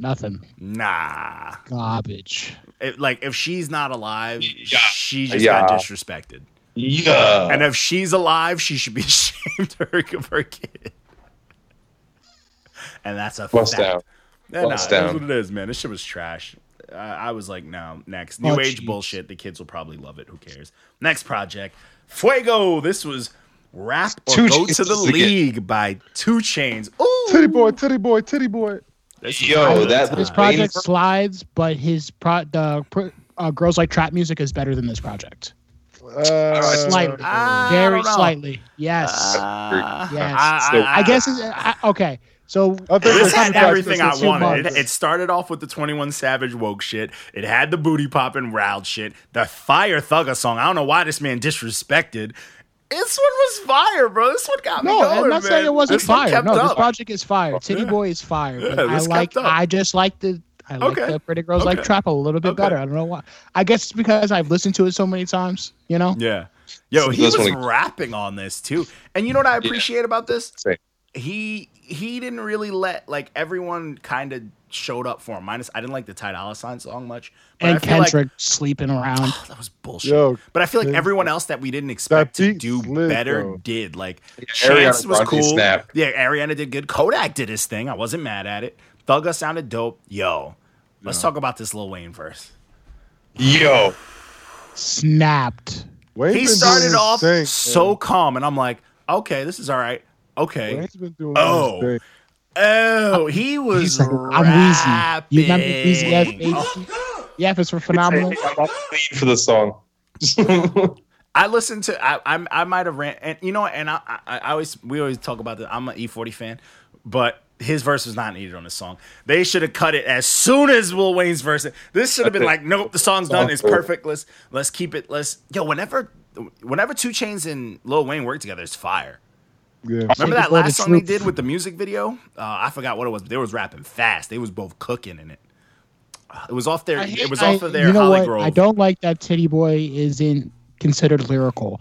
Nothing. Nah. Garbage. It- like, if she's not alive, Yeah. she just got Yeah. disrespected. Yeah. And if she's alive, she should be <laughs> ashamed of her, of her kid. And that's a Bust fact. down. Yeah, nah, Bust that's down. what it is, man. This shit was trash. I, I was like, no, next. New Oh, age jeez. bullshit. The kids will probably love it. Who cares? Next project, Fuego. This was Rap or Two Go Chainz to the again. League by Two Chains. Ooh, Titty boy, titty boy, titty boy. This <laughs> was Yo, good Oh, that This time. project slides, but his pro the pro, uh, girls like trap music is better than this project. Uh, Slightly, I very don't know. slightly. Yes. Uh, Yes. I, I- I guess. It's, uh, I, okay. So I think This it's had contract everything I is two wanted. It, months. it started off with the 21 Savage woke shit. It had the booty popping riled shit. The Fire Thugger song. I don't know why this man disrespected. This one was fire, bro. This one got me No, going, I'm man. not saying it wasn't This one fire. kept No, this up. project is fire. City Yeah. Boy is fire. But Yeah, I this like. kept up. I just like the. I like Okay. the pretty girls like Okay. trap a little bit Okay. better. I don't know why. I guess it's because I've listened to it so many times. You know. Yeah. Yo, he This was one- rapping on this too. And you know what I appreciate about this? Same. He he didn't really let like everyone kind of showed up for him. Minus I didn't like the Ty Dolla Sign song much. But I and feel like- Kendrick sleeping around. Oh, <sighs> that was bullshit. Yo, But I feel like That- everyone else that we didn't expect to beat do slid, better bro. did. Like Ariana Chance was Grande cool. snapped. Yeah, Ariana did good. Kodak did his thing. I wasn't mad at it. Thugga sounded dope. Yo, let's talk about this Lil Wayne verse. Yo, Snapped. Wayne's He been doing started his off thing, man. so calm, and I'm like, okay, this is all right. Okay. Wayne's been doing Oh. his thing. Oh, he was He's like, I'm Weezy. You remember Weezy as rapping. Yeah, if it's for phenomenal. for the song. I listened to I I'm, I might have ran and you know what, and I, I I always we always talk about this. I'm an E40 fan, but his verse was not needed on this song. They should have cut it as soon as Will Wayne's verse. This should have been like, nope, the song's done. It's perfect. Let's let's keep it. Let's yo. Whenever whenever Two Chains and Lil Wayne work together, it's fire. Yeah. Remember Take that it for the last song they truth. did with the music video? Uh, I forgot what it was, but they was rapping fast. They was both cooking in it. It was off their. I hate- It was I- off of their you know Holly what? Grove. I don't like that Titty Boy isn't considered lyrical.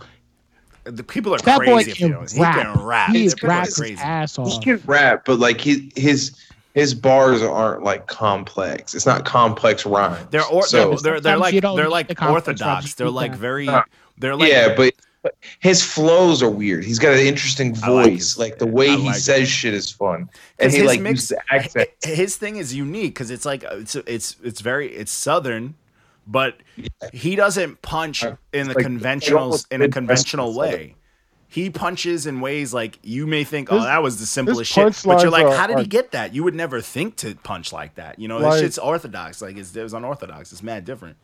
The people are That boy crazy. if you can don't. He rap. can rap. He These is people are rap his ass He off. can rap, but like his his his bars aren't like complex. It's not complex rhymes. They're or, so, they're, they're they're Sometimes you like don't they're need like the confidence orthodox. levels. They're like very Uh, they're like yeah, but but his flows are weird. He's got an interesting I like voice. his- Like, the I way he like says shit is fun, 'Cause and he his like mix- uses the <laughs> accent. hi- his thing is unique because it's like uh, it's it's it's very it's southern, but he doesn't punch Uh, in the like, conventional almost in a did conventional Western way. He punches in ways like you may think, oh, His- that was the simplest his shit, but you're punchlines like, are- how did he are- get that? You would never think to punch like that. You know, this Like- shit's orthodox. Like it's it was unorthodox. It's mad different.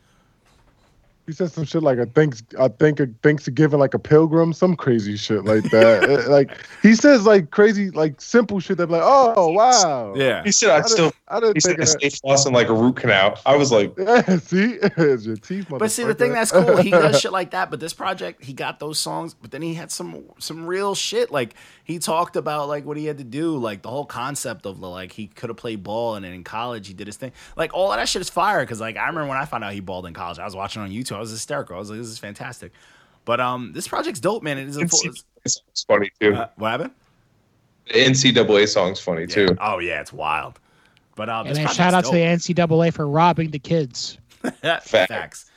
He said some shit like a thanks, I think a Thanksgiving like a pilgrim, some crazy shit like <laughs> that. It- like he says like crazy, like simple shit that be like, oh wow, Yeah, He said, I "I didn't- still." I didn't He think said, "I of stay flossing like a root canal." I was like, that. Yeah, <laughs> see, it's your teeth. But see, the thing that's cool, he <laughs> does shit like that. But this project, he got those songs, but then he had some some real shit. Like he talked about like what he had to do, like the whole concept of the like he could have played ball and then in college he did his thing. Like all of that shit is fire. Because like I remember when I found out he balled in college, I was watching on YouTube, I was hysterical. I was like, this is fantastic. But um, this project's dope, man. It is a full. "It's it's funny too." Uh, what happened? The NCAA song's funny Yeah. too. Oh yeah, it's wild. But um, And this then project's shout out to dope. the NCAA for robbing the kids. Fact. <laughs> facts,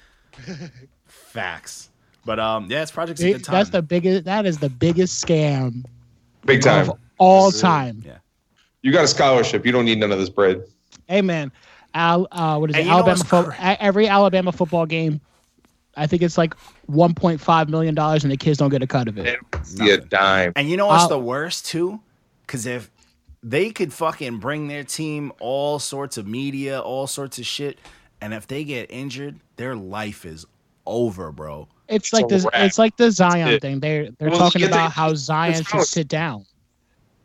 facts. But um, yeah, this project's a They- good time. that's the biggest. That is the biggest scam Big time. of all time. Yeah. You got a scholarship. You don't need none of this bread. Hey man, Al, uh, what is And it? you know what's Alabama fo- cra- a- every Alabama football game, I think it's like 1.5 million dollars, and the kids don't get a cut of They it. don't see a Nothing. dime. And you know what's Uh, the worst too? Because if they could fucking bring their team all sorts of media, all sorts of shit, and if they get injured, their life is over, bro. It's like a this. wrap. It's like the Zion it. thing. They're they're Well, talking yeah, they- about how Zion it's should out. sit down.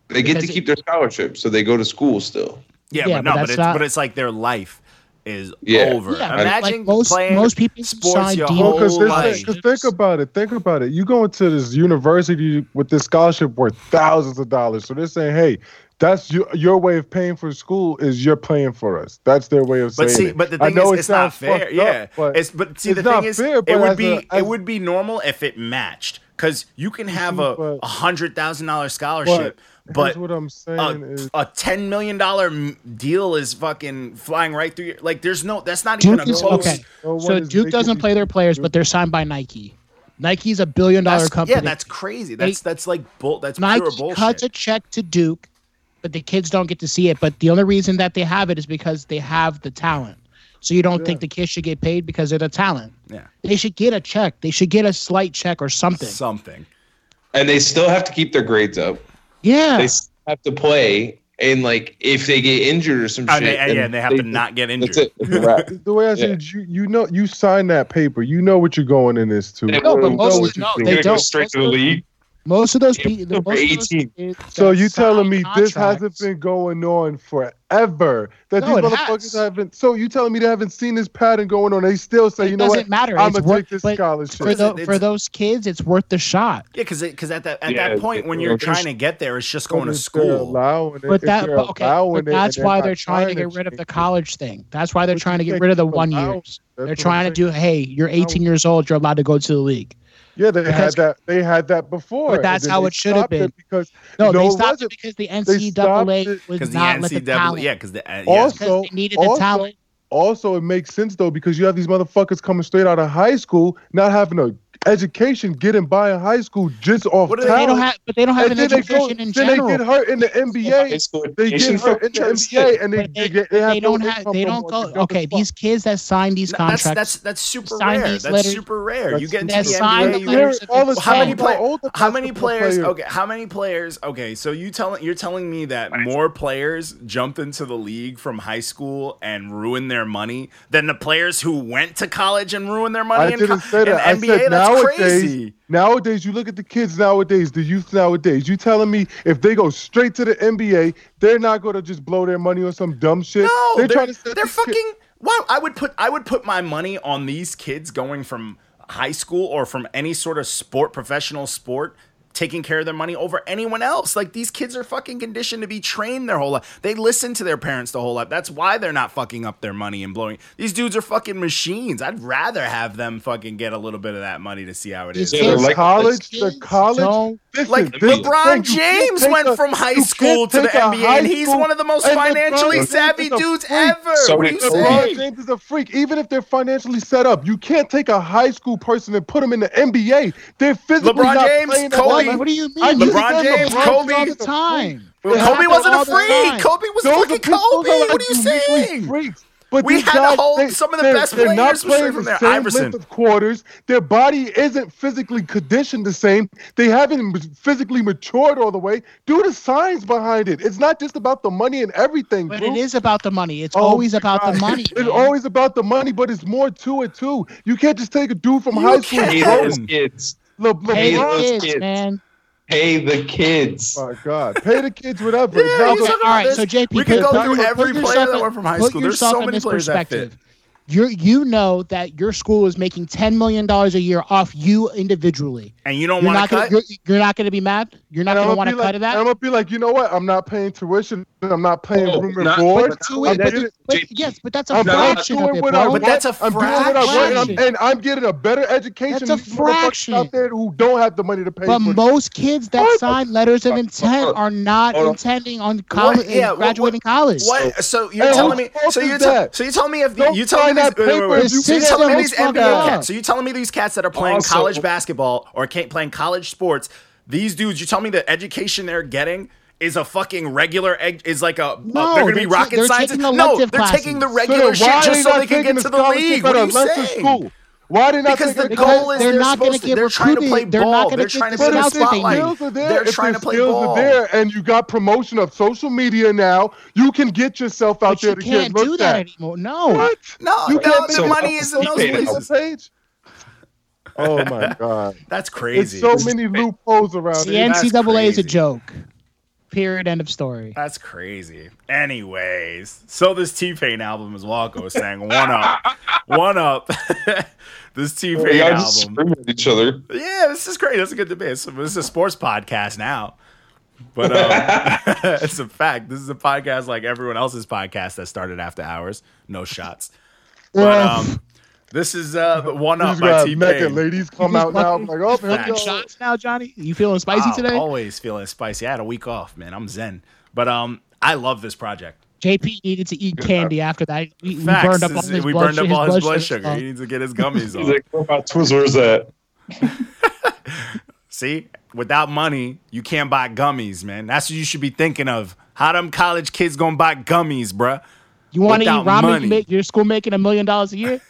They get to Because it- keep their scholarship, so they go to school still. Yeah, Yeah, but no, but but, that's it's not- but it's like their life is Yeah. over. Yeah, Imagine like most playing most people sports sign your deals. whole Well, because life. think about it, think about it. You go into this university with this scholarship worth thousands of dollars. So they're saying, hey, that's your your way of paying for school is you're paying for us. That's their way of But saying see, it. but the I thing know is, it it's not sounds fair. fucked up, yeah, but it's but see, it's the thing not is, fair, it but would as be a- it as- would be normal if it matched because you <laughs> can have a But- a hundred thousand dollar scholarship, but uh, Here's what I'm saying a, is a ten million dollar m- deal is fucking flying right through. Your, like, there's no. That's not even Duke a is close. okay. no one So is- they Duke could doesn't be- play their players, but they're signed by Nike. Nike's a billion dollar That's, company. yeah, that's crazy. That's that's like bull. That's Nike pure bullshit. cuts a check to Duke, but the kids don't get to see it. But the only reason that they have it is because they have the talent. So you don't Yeah. think the kids should get paid because they're the talent. Yeah. They should get a check. They should get a slight check or something. Something. And they still have to keep their grades up. yeah. They still have to play. And like if they get injured or some Oh, shit. they, and, then yeah, and they have to not get injured. That's it. It's a wrap. the way I see Yeah. it, you, you know, you sign that paper. You know what you're going in this to. They <laughs> No, but won't most know of what the- you no, do. they You're gonna go don't. straight Most to the of the- league. most of those Yeah, people. over Most of those 18. kids So that you telling sign me this hasn't contracts- been going on forever? That No, these it motherfuckers has. haven't. So you telling me they haven't seen this pattern going on? They still say, It you know doesn't what? matter. I'm it's gonna worth, take this but scholarship. for, the, It's- for those kids, it's worth the shot. Yeah, because because at that at Yeah, that point when it- you're it's- trying to get there, it's just going to If they're school. allowing it- But if that, they're but okay, allowing but it and that's why not they're trying to trying get rid of the change it, college thing. That's why they're But trying to you get think rid of the it's one allowed. years. that's They're what I'm trying to saying. do, hey, you're 18 years old, you're allowed to go to the league. Yeah, they had Because- that. They had that before. But that's and then how they it should have stopped it been. because No, No, they it stopped it wasn't. because the stopped NCAA it was Because the not let the NCAA, talent. yeah, because the uh, yeah. Also- because they needed the also- talent. also it makes sense though because you have these motherfuckers coming straight out of high school, not having a education, getting by in high school just off What do talent. they- They don't have, but they don't have and an then they, go, education in then they general. get hurt in the NBA. They get hurt in the NBA and they, But they- get- have they no don't have. income They no don't more. go. They're dumb Okay, as fuck. these kids that sign these that's, contracts. that's that's super sign rare. these That's letters- super rare. You That's- get into that the NBA, signed the you- letters They're all the How many same. play- All the how many basketball players? players. Okay, how many players? Okay, so you telling you're telling me that more players jumped into the league from high school and ruined their money than the players who went to college and ruined their money I in, didn't co- say in that. I the NBA? said That's nowadays. crazy. Nowadays, you look at the kids nowadays, the youth nowadays. You telling me if they go straight to the NBA, they're not going to just blow their money on some dumb shit? No, they're, trying to set they're these kids- fucking. Well, I would put I would put my money on these kids going from high school or from any sort of sport, professional sport, taking care of their money over anyone else. Like these kids are fucking conditioned to be trained their whole life. They listen to their parents the whole life. That's why they're not fucking up their money and blowing. These dudes are fucking machines. I'd rather have them fucking get a little bit of that money to see how it is. These Yeah, they're kids- like- college, these the kids college. don't- Listen, Like this is the LeBron thing, you can't James take went a- from high you school can't to the take a NBA, high and he's school one of the most and LeBron financially James is savvy a dudes freak. ever. So what are you did saying? LeBron James is a freak. Even if they're financially set up, you can't take a high school person and put them in the NBA. They're physically LeBron not James, playing that Kobe. level. Like, what do you mean? I You just think LeBron said James, LeBron Kobe. all James is the a freak. time. It Kobe happened wasn't all a the time. freak. Kobe was Those fucking people Kobe. are, like, What are you uniquely saying? Freaks. But We these had a guys, whole- they- some of the they're- best they're not players were playing from the there. Same Iverson. length of quarters. Their body isn't physically conditioned the same. They haven't m- physically matured all the way. Due to science behind it, it's not just about the money and everything. But bro. it is about the money. It's Oh always my about the God. money. It's man. always about the money, but it's more to it too. You can't just take a dude from You high school. can't. Pay and those kids. Le- Pay the LeBron. those kids, kids. man. Pay the kids. Oh my God, pay the kids whatever. Yeah, you It's not Put All gonna- said- right, this- so JP, we put- could go put- through put every player yourself that in- went from high put school. There's yourself so in many this players that fit. perspective. You're, you know that your school is making ten million dollars a year off you individually. And you don't You're want to not, gonna, cut? you're, you're not going to be mad. You're not And going to I'ma want be to cut like, I'm of that. gonna be like, you know what? I'm not paying tuition. I'm not paying Oh, room and not- board. but that's To it, I'm but, getting- but JP, yes, but that's a I'm, No, not fraction of doing it, what I bro. want. But that's a I'm doing what I want, and I'm, fraction. and I'm getting a better education. That's than a these motherfuckers fraction. out there who don't have the money to pay But for. it. most kids that What? sign letters of Hold on, intent hold are not hold on. intending on college, yeah, what- graduating college. What? So you're Hey, telling whose me? fault So is you're te- that? so you're telling me if Don't you telling sign me that these- wait, wait, paper wait. if you So you're can't. telling me Let's these fuck NBA up. cats. So you're telling me these cats that are playing Also- college basketball or can't playing college sports. These dudes, you tell me the education they're getting. Is a fucking regular egg is like a No, they're gonna they're be ta- rocket they're scientists. taking No, they're elective classes. taking the So then regular So then shit why just they so not they can get taking to the scholarship league. at What a are you lesser saying? school? Why did not Because take the a- goal is they're they're, not gonna supposed to. get They're trying to play recruited. They're not ball. gonna They're get trying to the be But in the if scouts the that they spotlight. skills are there, They're if trying the to play skills ball. are there, and you got promotion of social media now, you can get yourself out But there you to can't get looked do that at. anymore. No. What? No, You no, can't the make money it is up. in You those can't Page? make it places. up. <laughs> Oh my god! That's It's crazy. so many loopholes around The here. That's NCAA is crazy. a joke. Period. End of story. That's crazy. Anyways, so this T Pain album, as Walco was saying, one up, one up. <laughs> this T Pain They all just album. scream at each other. Yeah, this is great. That's a good debate. It's, this is a sports podcast now. But um, <laughs> it's a fact. This is a podcast like everyone else's podcast that started after hours. No shots. But um, this is uh, the one You up just by got T mecca Pain. ladies come out now. I'm like, oh, here we Facts. go. Shots now, Johnny. You feeling spicy Wow, Oh. today? Always feeling spicy. I had a week off, man. I'm zen. But um, I love this project. JP needed to eat candy after that. We, we Facts. burned up all This is- his we blood, burned up his all his blood sugar. sugar. He needs to get his gummies He's on. like, what about Twizzlers that? See, without money, you can't buy gummies, man. That's what you should be thinking of. How them college kids gonna buy gummies, bruh? You want to eat Without ramen? money. You make, your school making a million dollars a year?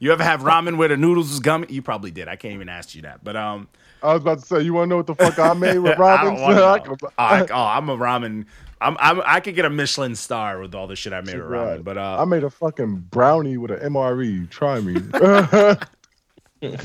You ever have ramen where the noodles was gummy? You probably did. I can't even ask you that. But um, I was about to say, you want to know what the fuck I made with <laughs> I Robin? don't want to. can- know. I- oh, I'm a ramen. I'm, I'm I could get a Michelin star with all the shit I made with ramen. But <laughs> I uh, made a fucking brownie with an MRE. E. Try me. <laughs> <laughs>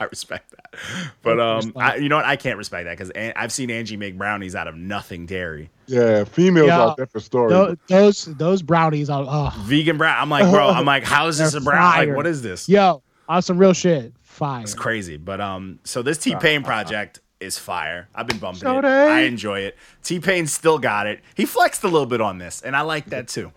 I respect that. But um, I, you know what? I can't respect that because I've seen Angie make brownies out of nothing dairy. yeah, females Yeah. out there for story. Tho- Those those brownies are. Oh, Vegan brown. I'm like, bro. I'm like, how is this They're a brown? Like, fire. what is this? yo, on some real shit. Fire. It's crazy. But um, so this T Pain project is fire. I've been bumping it. Sade. I enjoy it. T Pain still got it. He flexed a little bit on this, and I like that too.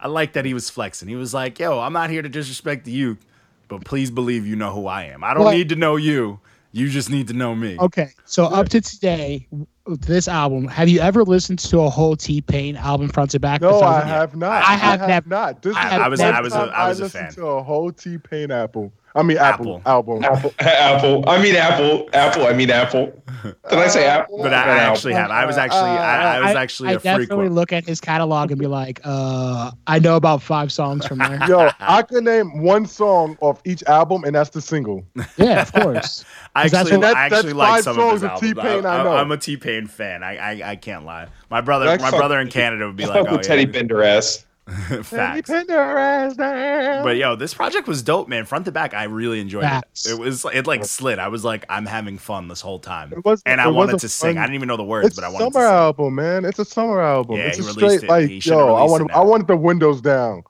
I like that he was flexing. He was like, "Yo, I'm not here to disrespect the youth, but please believe you know who I am. I don't Well- need to know you. You just need to know me. Okay, so up to today, this album. Have you ever listened to a whole T Pain album front to back? No, I besides- have not. I have nev- not. This I- is the I was- first I was a- time I was a listened fan. to a whole T Pain Apple. I mean Apple, album. Apple, <laughs> Apple. I mean Apple. Apple. I mean Apple. Did I Uh, say Apple? But I, I actually have. I was actually I, I was actually I a definitely frequent. look at his catalog and be like, uh, I know about five songs from there. <laughs> Yo, I could name one song off each album, and that's the single. yeah, of course. I 'Cause that's actually, what- I that's- actually that's like five some of his songs of albums. T-Pain I, I know. am a T Pain fan. I, I I can't lie. My brother, That's my fuck- brother in Canada would be I like, <laughs> fuck oh with Teddy yeah, Bender ass. <laughs> facts. Pin their ass down. But yo, this project was dope, man. Front to back, I really enjoyed Facts. it. It was it like slid. I was like, I'm having fun this whole time, It was- and I it was wanted a to sing. fun- I didn't even know the words, It's but I a wanted summer to album, man. It's a summer album. Yeah, it's he a released straight it. He like should've yo. I released want it now. I want the windows down.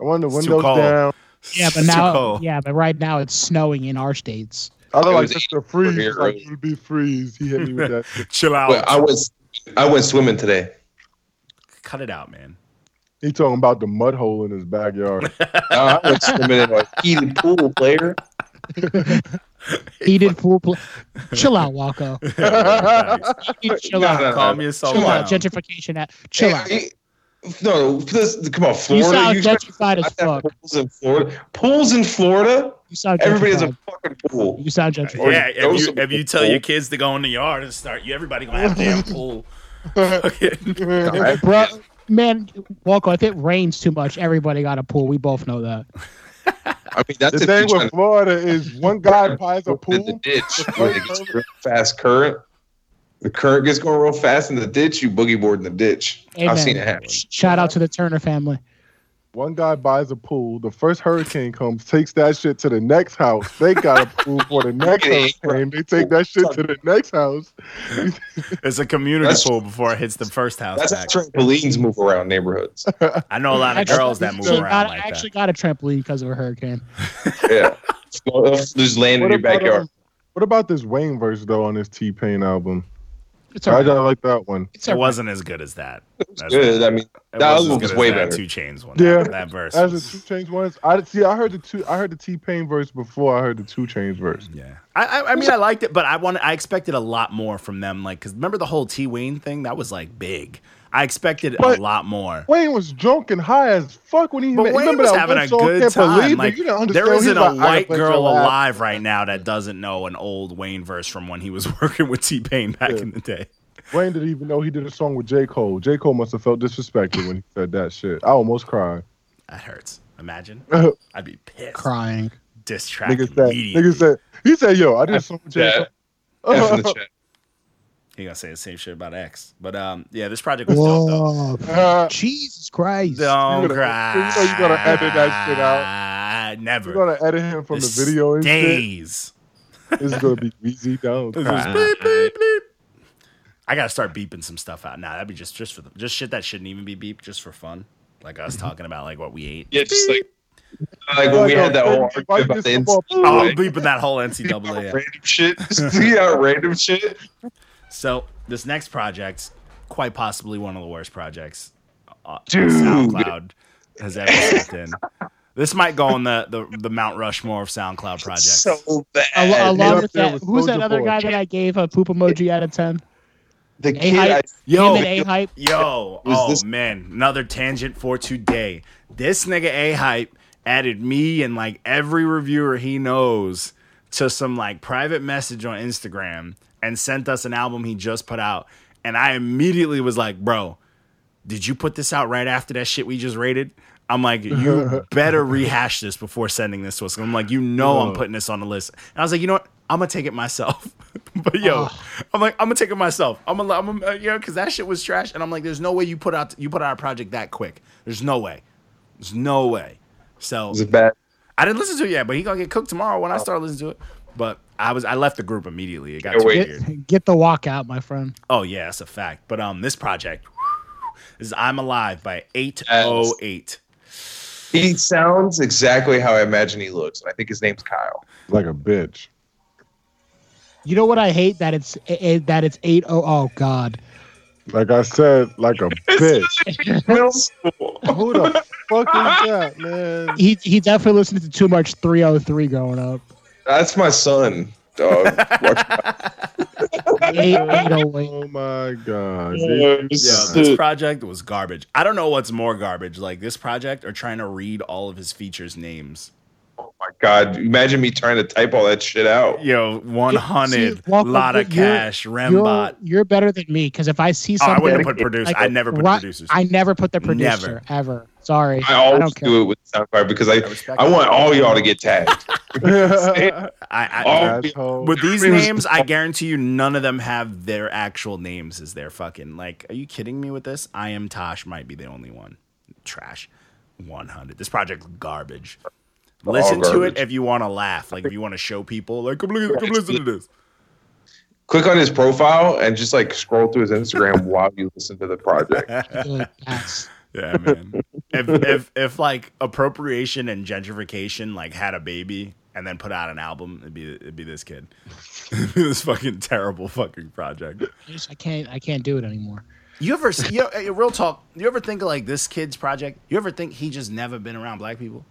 I want the It's too windows cold. down. sing. Yeah, but It's too now, cold. yeah, but right now it's snowing in our states. I Otherwise, was it's eight the freeze. It's early. Like, it'll be freeze. He hit me <laughs> with that. shit. chill out. Wait, I was I went swimming today. Cut it out, <laughs> man. <laughs> He talking about the mud hole in his backyard. Uh, I went swimming in a heated pool, player. He did full play. Chill out, Walker. Facts. <laughs> Chill No, out. no, no. Calm yourself Chill out. down. Gentrification. At, chill out. Hey, hey, No, this, come on, You Florida. sound you expect gentrified as us to have fuck. pools in Florida. Pools in Florida. You sound Everybody has gentrified. a fucking pool. You sound gentrified. Yeah, if you, Those- if you tell your kids to go in the yard and start, you everybody gonna <laughs> have a damn pool. <laughs> Fucking- Alright? Bro, man, Walker, if it rains too much, everybody got a pool. We both know that. I mean, that's the if thing you're with trying Florida is one guy buys a to in the pool. ditch where it gets real fast current. The current gets going real fast in the ditch. You boogie board in the ditch. Amen. I've seen it happen. Sh- Shout out to the Turner family. One guy buys a pool. The first hurricane comes, takes that shit to the next house. They got a pool for the next Okay. hurricane. They take that shit to the next house. it's a community That's- pool before it hits the first house. That's how back. trampolines move around <laughs> neighborhoods. I know a lot of Actually, girls that move actually around got- like I actually got a trampoline because of a hurricane. Yeah. They'll Just land in What your about, backyard. um, what about this Wayne verse though on this T Pain album? It's I alright. don't like that one. It's that. It alright. wasn't as good as that. That's- Good. <laughs> I mean, it that wasn't other as one good was as way that better. Two Chains one. Yeah. That, that verse. As the was- two chains ones, I see. I heard the two. I heard the T Pain verse before I heard the two chains verse. yeah. I, I I mean I liked it, but I wanted I expected a lot more from them. Like, cause remember the whole T Wayne thing? That was like big. I expected But- a lot more. Wayne was drunk and high as fuck when he. But Wayne ma- remember was that having one a song, good Can't time. Believe It? Like, you don't understand. there He's isn't a like, "I white put girl your ass alive right now that doesn't know an old Wayne verse from when he was <laughs> working with T Pain back Yeah. in the day. Wayne didn't even know he did a song with J. Cole. J. Cole must have felt disrespected when he said that shit. I almost cried. That hurts. <laughs> Imagine. niggas I'd be pissed. <laughs> crying. Diss track said, immediately. niggas said, he said, yo, I did a song with J. Yeah. F <laughs> in the Cole. chat. He gonna say the same shit about X. But um, yeah, this project was dope though. Whoa. Uh, Jesus Christ. Don't You gotta- cry. you know you gotta edit that shit out. You're Never. going to edit him from the video and shit. Days. It's going to be easy down. This is beep, beep, beep. I gotta start beeping some stuff out now. that'd be just just for the, just shit that shouldn't even be beeped, just for fun. Like us talking about like what we ate. Yeah, just like, like when we had that whole argument about the <laughs> Oh, NCAA. I'm beeping that whole <laughs> About NCAA. out. Random <laughs> shit. <laughs> yeah, random shit. So this next project's quite possibly one of the worst projects uh, Dude. SoundCloud has ever sent in. This might go on the, the, the Mount Rushmore of SoundCloud projects. So bad. Al- along up with there that, with who's that Soulja other Boy. guy that I gave a poop emoji out of 10? the A kid, I, hype. Yo. Him and A hype. Yo, Was oh this- man, another tangent for today. This nigga A Hype added me and like every reviewer he knows to some like private message on Instagram and sent us an album he just put out. And I immediately was like, bro, did you put this out right after that shit we just rated? I'm like, you better rehash this before sending this to us. I'm like, you know, I'm putting this on the list. And I was like, you know what? I'm gonna take it myself. <laughs> but yo, I'm like, I'm gonna take it myself. I'm gonna, I'm gonna, uh, you know, because that shit was trash. And I'm like, there's no way you put out you put out a project that quick. There's no way. There's no way. So was a bad. I didn't listen to it yet, but he gonna get cooked tomorrow when I start listening to it. But I was I left the group immediately. It got Yeah, too wait. weird. Get, get the walk out, my friend. Oh yeah, that's a fact. But um, this project this is "I'm Alive" by 808. He sounds exactly how I imagine he looks. and I think his name's <laughs> Kyle. Like a bitch. You know what I hate? That it's it, that it's eight oh oh god. Like I said, like <laughs> a bitch. Middle school. Who the fuck is that, man? He he definitely listened to too much 303 growing up. That's my son, <laughs> dog. Oh <laughs> Watch <laughs> Eight- 808. Oh my god. Yeah, this. this project was garbage. I don't know what's more garbage, like this project or trying to read all of his features' names. Oh my god! Imagine me trying to type all that shit out. Yo, one See, hundred, Walker, lot of you're- cash, You're, Rembot. you're better than me because if I see Oh, I something, wouldn't have put producer. like, I never put right- producers. I never put the Never. producer ever. <laughs> Sorry, I I always don't care. do it with SoundCloud because I respect I it. want all y'all to get tagged. <laughs> Dude. I, I, Oh, all- Asshole. with these It was- names, I guarantee you, none of them have their actual names as their fucking. Like, are you kidding me with this? I am Tosh might be the only one. Trash. 100. This project's garbage. Listen to it garbage. if you want to laugh. Like, if you want to show people, like, come, look, come listen to this. Click on his profile and just like scroll through his <laughs> Instagram while you listen to the project. Good, yes. Yeah, man. if, if, if, like, appropriation and gentrification, like, had a baby and then put out an album, it'd be, it'd be this kid. <laughs> it'd be this fucking terrible fucking project. I just- I can't. I can't do it anymore. You ever, see- you know, real talk, you ever think of like this kid's project? You ever think he just never been around black people?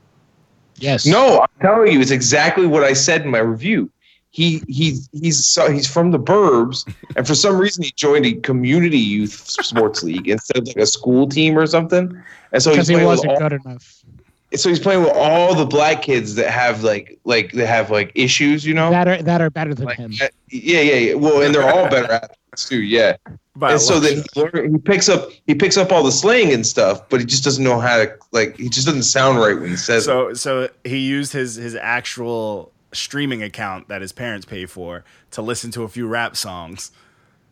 Yes. No, I'm telling you, it's exactly what I said in my review. He he's he's so, he's from the burbs, and for some reason he joined a community youth sports league instead of like a school team or something. And so he's because he playing with wasn't all, good enough. so he's playing with all the black kids that have like like that have like issues, you know. That are that are better than like, eh, him. that- yeah, yeah, yeah. Well, and they're all better athletes too. Yeah, By and so what? then he, learn, he picks up he picks up all the slang and stuff, but he just doesn't know how to like. He just doesn't sound right when he says it. so so he used his his actual streaming account that his parents pay for to listen to a few rap songs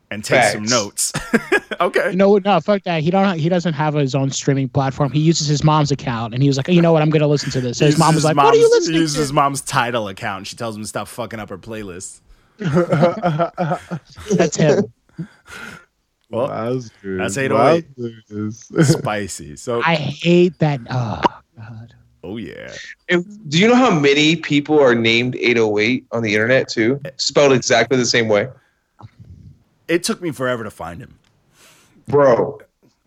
and take some Facts. notes. <laughs> eh. okay. You know what? No, fuck that. He don't. He doesn't have his own streaming platform. He uses his mom's account, and he was like, you know what? I'm gonna listen to this. So his Uses mom was like, what are you mom's- listening uses to? his mom's title account. She tells him to stop fucking up her playlist. <laughs> <laughs> That's him. Well, Wowzers. That's 808. Wowzers. spicy. So I hate that. Oh God. oh yeah. And Do you know how many people are named 808 on the internet too, spelled exactly the same way, It took me forever to find him. bro?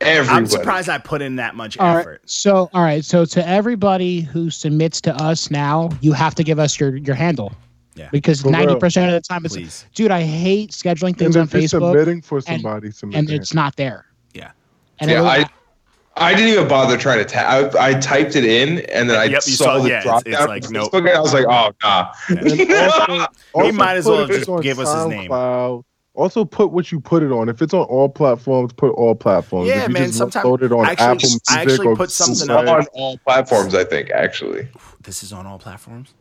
Everybody. I'm surprised I put in that much All right. effort. So all right. So to everybody who submits to us now, you have to give us your your handle. Yeah. Because For real. ninety percent of the time, it's Please. dude. I hate And scheduling things on if you're Facebook, submitting for somebody, submit and their- it's not there. Yeah. And Yeah, it, I, I didn't even bother trying to type. I, I typed it in, and then I Yep, you saw saw- the yeah, it's- drop it's down. like, on nope. Facebook, and I was like, oh nah. <laughs> <laughs> also- He Also might as put well if it's just on give us his name. SoundCloud. Also, put what you put it on. If it's on all platforms, put all platforms. Yeah, if you man, Just sometime- upload it on I actually- Apple Music I actually or put something It's up. on all platforms, I think. Actually, This is on all platforms.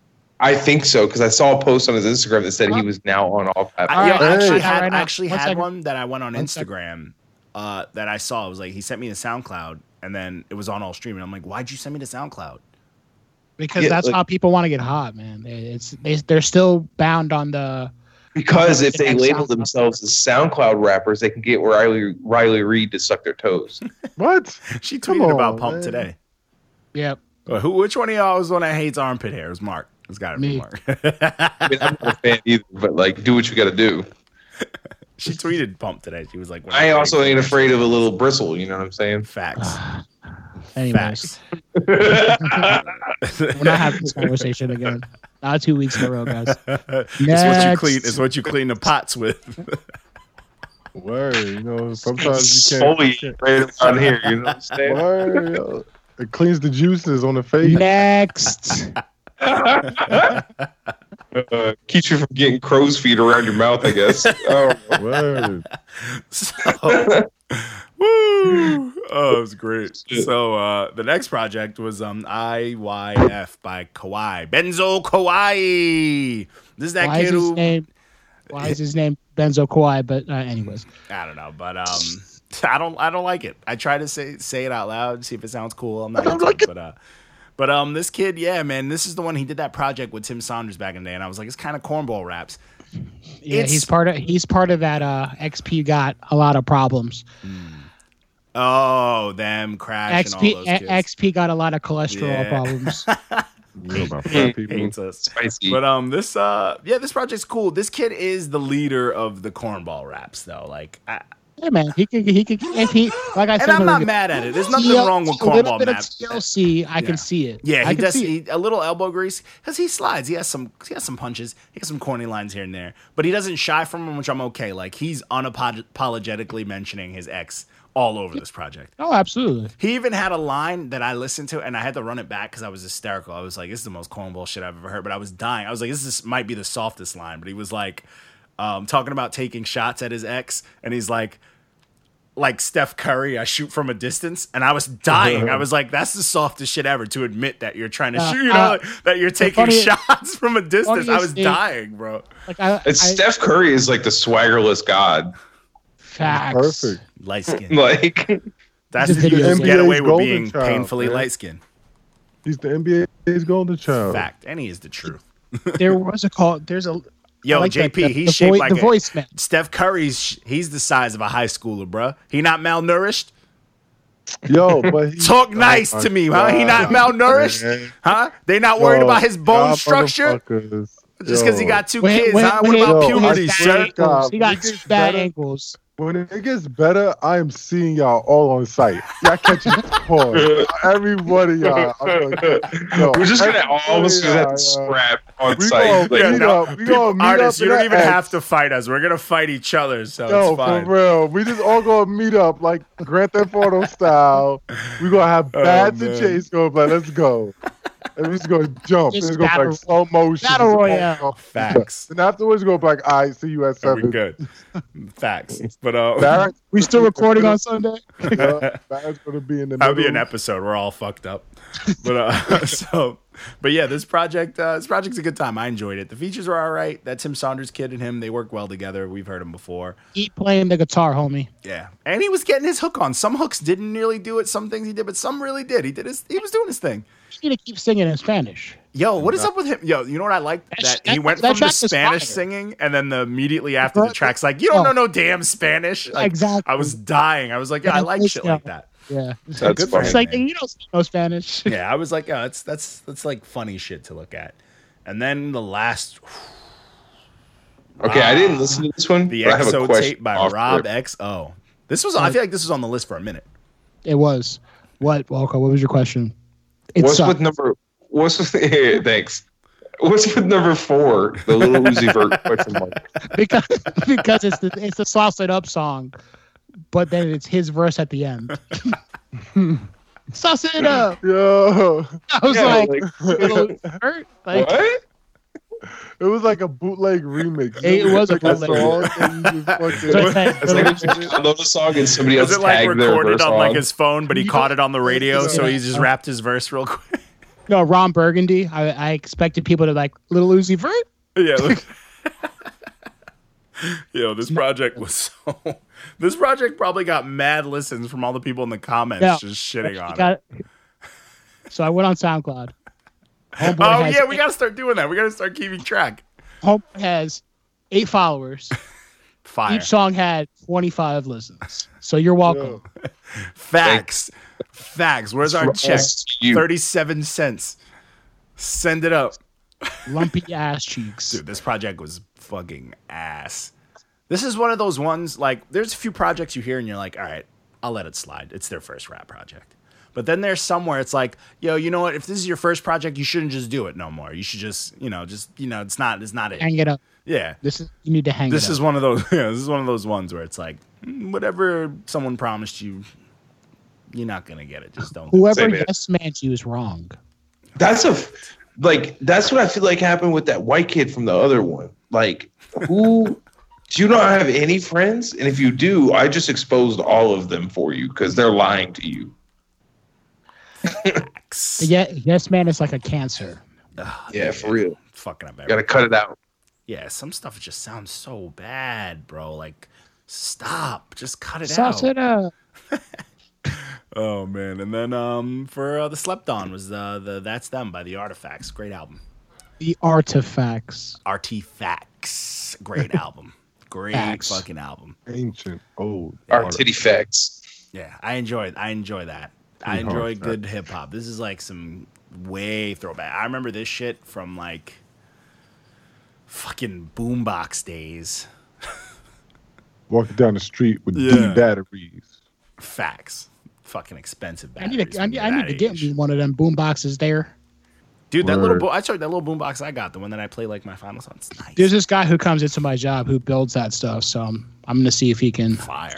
I think so because I saw a post on his Instagram that said he was now on all platforms. I, yo, All right, I hey. actually all had, right, I now, actually one had second. one that I went on One second. Instagram uh, that I saw. It was like he sent me to SoundCloud, and then it was on all streaming. I'm like, why'd you send me to <laughs> SoundCloud? because Yeah, that's like- how people want to get hot, man. They- It's they, they're still bound on the Because if they Next label SoundCloud. themselves as SoundCloud rappers, they can get Riley Riley Reed to suck their toes. <laughs> What? She Come tweeted about on, Pump man. today. yeah. Well, who? Which one of y'all is the one that hates armpit hair? It was Mark. It's got to be Me. Mark. <laughs> I mean, I'm not a fan either, but like, do what you got to do. she tweeted Pump today. She was like, I also ain't afraid of a little bristle. You know what I'm <laughs> saying? facts. <sighs> <sighs> Anyways, we're <laughs> not having this conversation again. Not two weeks in a row, guys. It's what you Next. clean. It's what you clean the pots with. Word. <laughs> You know, <laughs> sometimes you can't. Exfoliate right on here. You know what I'm saying? Word. yo. It cleans the juices on the face. Next, <laughs> Uh, keeps you from getting crow's feet around your mouth, <laughs> I guess. Oh, Word. So, <laughs> woo! Oh, it was great. So uh, the next project was um, IYF by Kawhi Benzo Kawhi. This is that why kid is his who name? Why is his name Benzo Kawhi? But uh, anyways, I don't know, but um, I don't I don't like it. I try to say say it out loud, see if it sounds cool. I'm not into it, but uh, but um, this kid, yeah, man, this is the one he did that project with Tim Saunders back in the day, and I was like, it's kind of cornball raps. yeah, It's- he's part of he's part of that. Uh, XP got a lot of problems. Oh, them crash and all XP those a- kids. XP got a lot of cholesterol Yeah. <laughs> problems. You know about fat people. hates us. spicy. But um, this uh, yeah, this project's cool. This kid is the leader of the cornball raps, though. Like, I, Yeah, man. He could. He could. If he, like I said, And I'm when not we- mad at it. There's nothing TL wrong with a little cornball bit of maps. TLC, I Yeah. can see it. Yeah, I he can does see it. he, a little elbow grease because he slides. He has some he has some punches. He has some corny lines here and there, but he doesn't shy from them, which I'm okay. Like he's unapologetically mentioning his ex all over this project. Oh, absolutely. He even had a line that I listened to and I had to run it back because I was hysterical. I was like, this is the most cornball shit I've ever heard. But I was dying. I was like, this is, might be the softest line. But he was like, um, talking about taking shots at his ex. And he's like, like Steph Curry, I shoot from a distance. And I was dying. <laughs> I was like, that's the softest shit ever to admit that you're trying to Uh, shoot, you know, uh, that you're taking funniest- shots from a distance. I was funniest thing- dying, bro. Like I, It's I- Steph Curry is like the swaggerless god. <laughs> facts. Perfect. <laughs> Light skin. Like That's He's a you video just game. get away NBA's with golden being child, painfully man. light skinned. He's the NBA's golden child. Fact. And he is the truth. There was a call. There's a Yo, I like that- JP, that- he's the shaped voi- like the a, voice match. Steph Curry's he's the size of a high schooler, bruh. He not malnourished. Yo, but he, <laughs> Talk nice my to me, huh? He not God, malnourished, man. huh? They not worried Yo, about his bone God, structure motherfuckers. just because he Yo. got two when- kids. when- huh? when What he- about Yo, when puberty, he I has swear sir? bad to God, angles. He got when he gets bad better- angles. When it gets better, I am seeing y'all all on sight. <laughs> Y'all catching porn. Every one of y'all. I'm like, yo, we're just gonna every all one of of us just have y'all, to yo. scrap on uh, We site. gonna- Like, we no, gonna- we people- gonna meet artists, up you in don't that even act. have to fight us. We're gonna fight each other, so Yo, it's fine. for real, we just all gonna meet up like Grand Theft Auto style. We gonna have Oh, bats and man. chase going, but let's go. And we just gonna jump. Just it's gonna be battle- like slow motion. battle Just royale. all- <laughs> Facts. And afterwards, go back. I see you at Are we seven. good? Facts. But uh, Barrett, We still recording on Sunday. yeah, Barrett's gonna be in the middle. <laughs> That'd be an episode. We're all fucked up. But uh, <laughs> so, but yeah, this project, uh, this project's a good time. I enjoyed it. The features were all right. That Tim Saunders kid and him, they work well together. We've heard him before. Keep playing the guitar, homie. Yeah, and he was getting his hook on. Some hooks didn't really do it. Some things he did, but some really did. He did his. He was doing his thing. You need to keep singing in Spanish. Yo, what is up with him? Yo, you know what I like? That That sh- he went that from the track is Spanish fire. singing, and then the immediately after the Bro, track's like, you don't know oh. no damn Spanish. Like, Exactly. I was dying. I was like, yeah, I Yeah, like it's- shit yeah. like that. Yeah. That's Good for funny. It's like man. you don't speak no Spanish. yeah, I was like, oh, that's that's that's like funny shit to look at. And then the last, okay, I didn't listen to this one. the but I have a XO question. tape by off Rob rip. XO. This was, I feel like this was on the list for a minute. It was. What Walker? What was your question? It What's sucked. with number? What's with? <laughs> Here, thanks. What's with number four? The little Uzi <laughs> Vert question mark. because <laughs> because it's the it's the sauce it up song, but then it's his verse at the end. <laughs> sauce it up. Yo, <laughs> I was Yeah, <laughs> like, like, little hurt. Like what? it was like a bootleg remix. It was a Like a bootleg song, and <laughs> you just fucking- So it's like- It's <laughs> like I love the song and somebody else Is it like tagged their recorded verse on on. like his phone, but he You uh, caught don't- it on the radio, Yeah. so he just wrapped his verse real quick? no Ron Burgundy. I, I expected people to like little Uzi Vert. yeah. <laughs> look- Yo, this project was so. This project probably got mad listens from all the people in the comments Yeah. just shitting on it. Got it. So I went on SoundCloud. Homeboy Oh has yeah, we gotta start doing that. We gotta start keeping track. Homeboy has eight followers. Fire. Each song had twenty five listens. So you're welcome. Yo. Facts. Facts. Where's our check? You. 37 cents. Send it up. Lumpy ass cheeks. Dude, this project was fucking ass. This is one of those ones, like, there's a few projects you hear and you're like, all right, I'll let it slide. It's their first rap project. But then there's somewhere it's like, yo, you know what? If this is your first project, you shouldn't just do it no more. You should just, you know, just, you know, it's not, it's not it. Hang it up. Yeah. This is you need to hang This it is up. one of those, <laughs> yeah, this is one of those ones where it's like, mm, whatever someone promised you, you're not going to get it. Just don't. do it. Whoever Same here. yes man you is wrong. That's a like. That's what I feel like happened with that white kid from the other one. Like, who? Do you not have any friends? And if you do, I just exposed all of them for you because they're lying to you. Yeah, yes man is like a cancer. Ugh, Yeah, for real. fucking up You gotta cut it out. yeah, some stuff just sounds so bad, bro. Like, stop. Just cut it Sauce out. it up. Oh man. And then um for uh, the slept on was uh, the that's them by the Artifacts. Great album. The artifacts. Artifacts. Great <laughs> album. Great Facts. fucking album. ancient old. Our titty facts. Yeah, I enjoy it. I enjoy that. I Pretty enjoy hard, right? good hip hop. This is like some way throwback. I remember this shit from like fucking boombox days. walking down the street with Yeah. D batteries. Facts. Fucking expensive I batteries. need to. I when need, you're I need that to get age. me one of them boom boxes there. Dude, that little Word. bo- I tried that little boombox I got, the one that I play like my finals on. It's nice. There's this guy who comes into my job who builds that stuff, so I'm, I'm gonna see if he can. fire.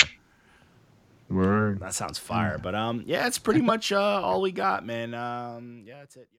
Word. That sounds fire. But um, yeah, it's pretty much uh, all we got, man. Um, yeah, that's it.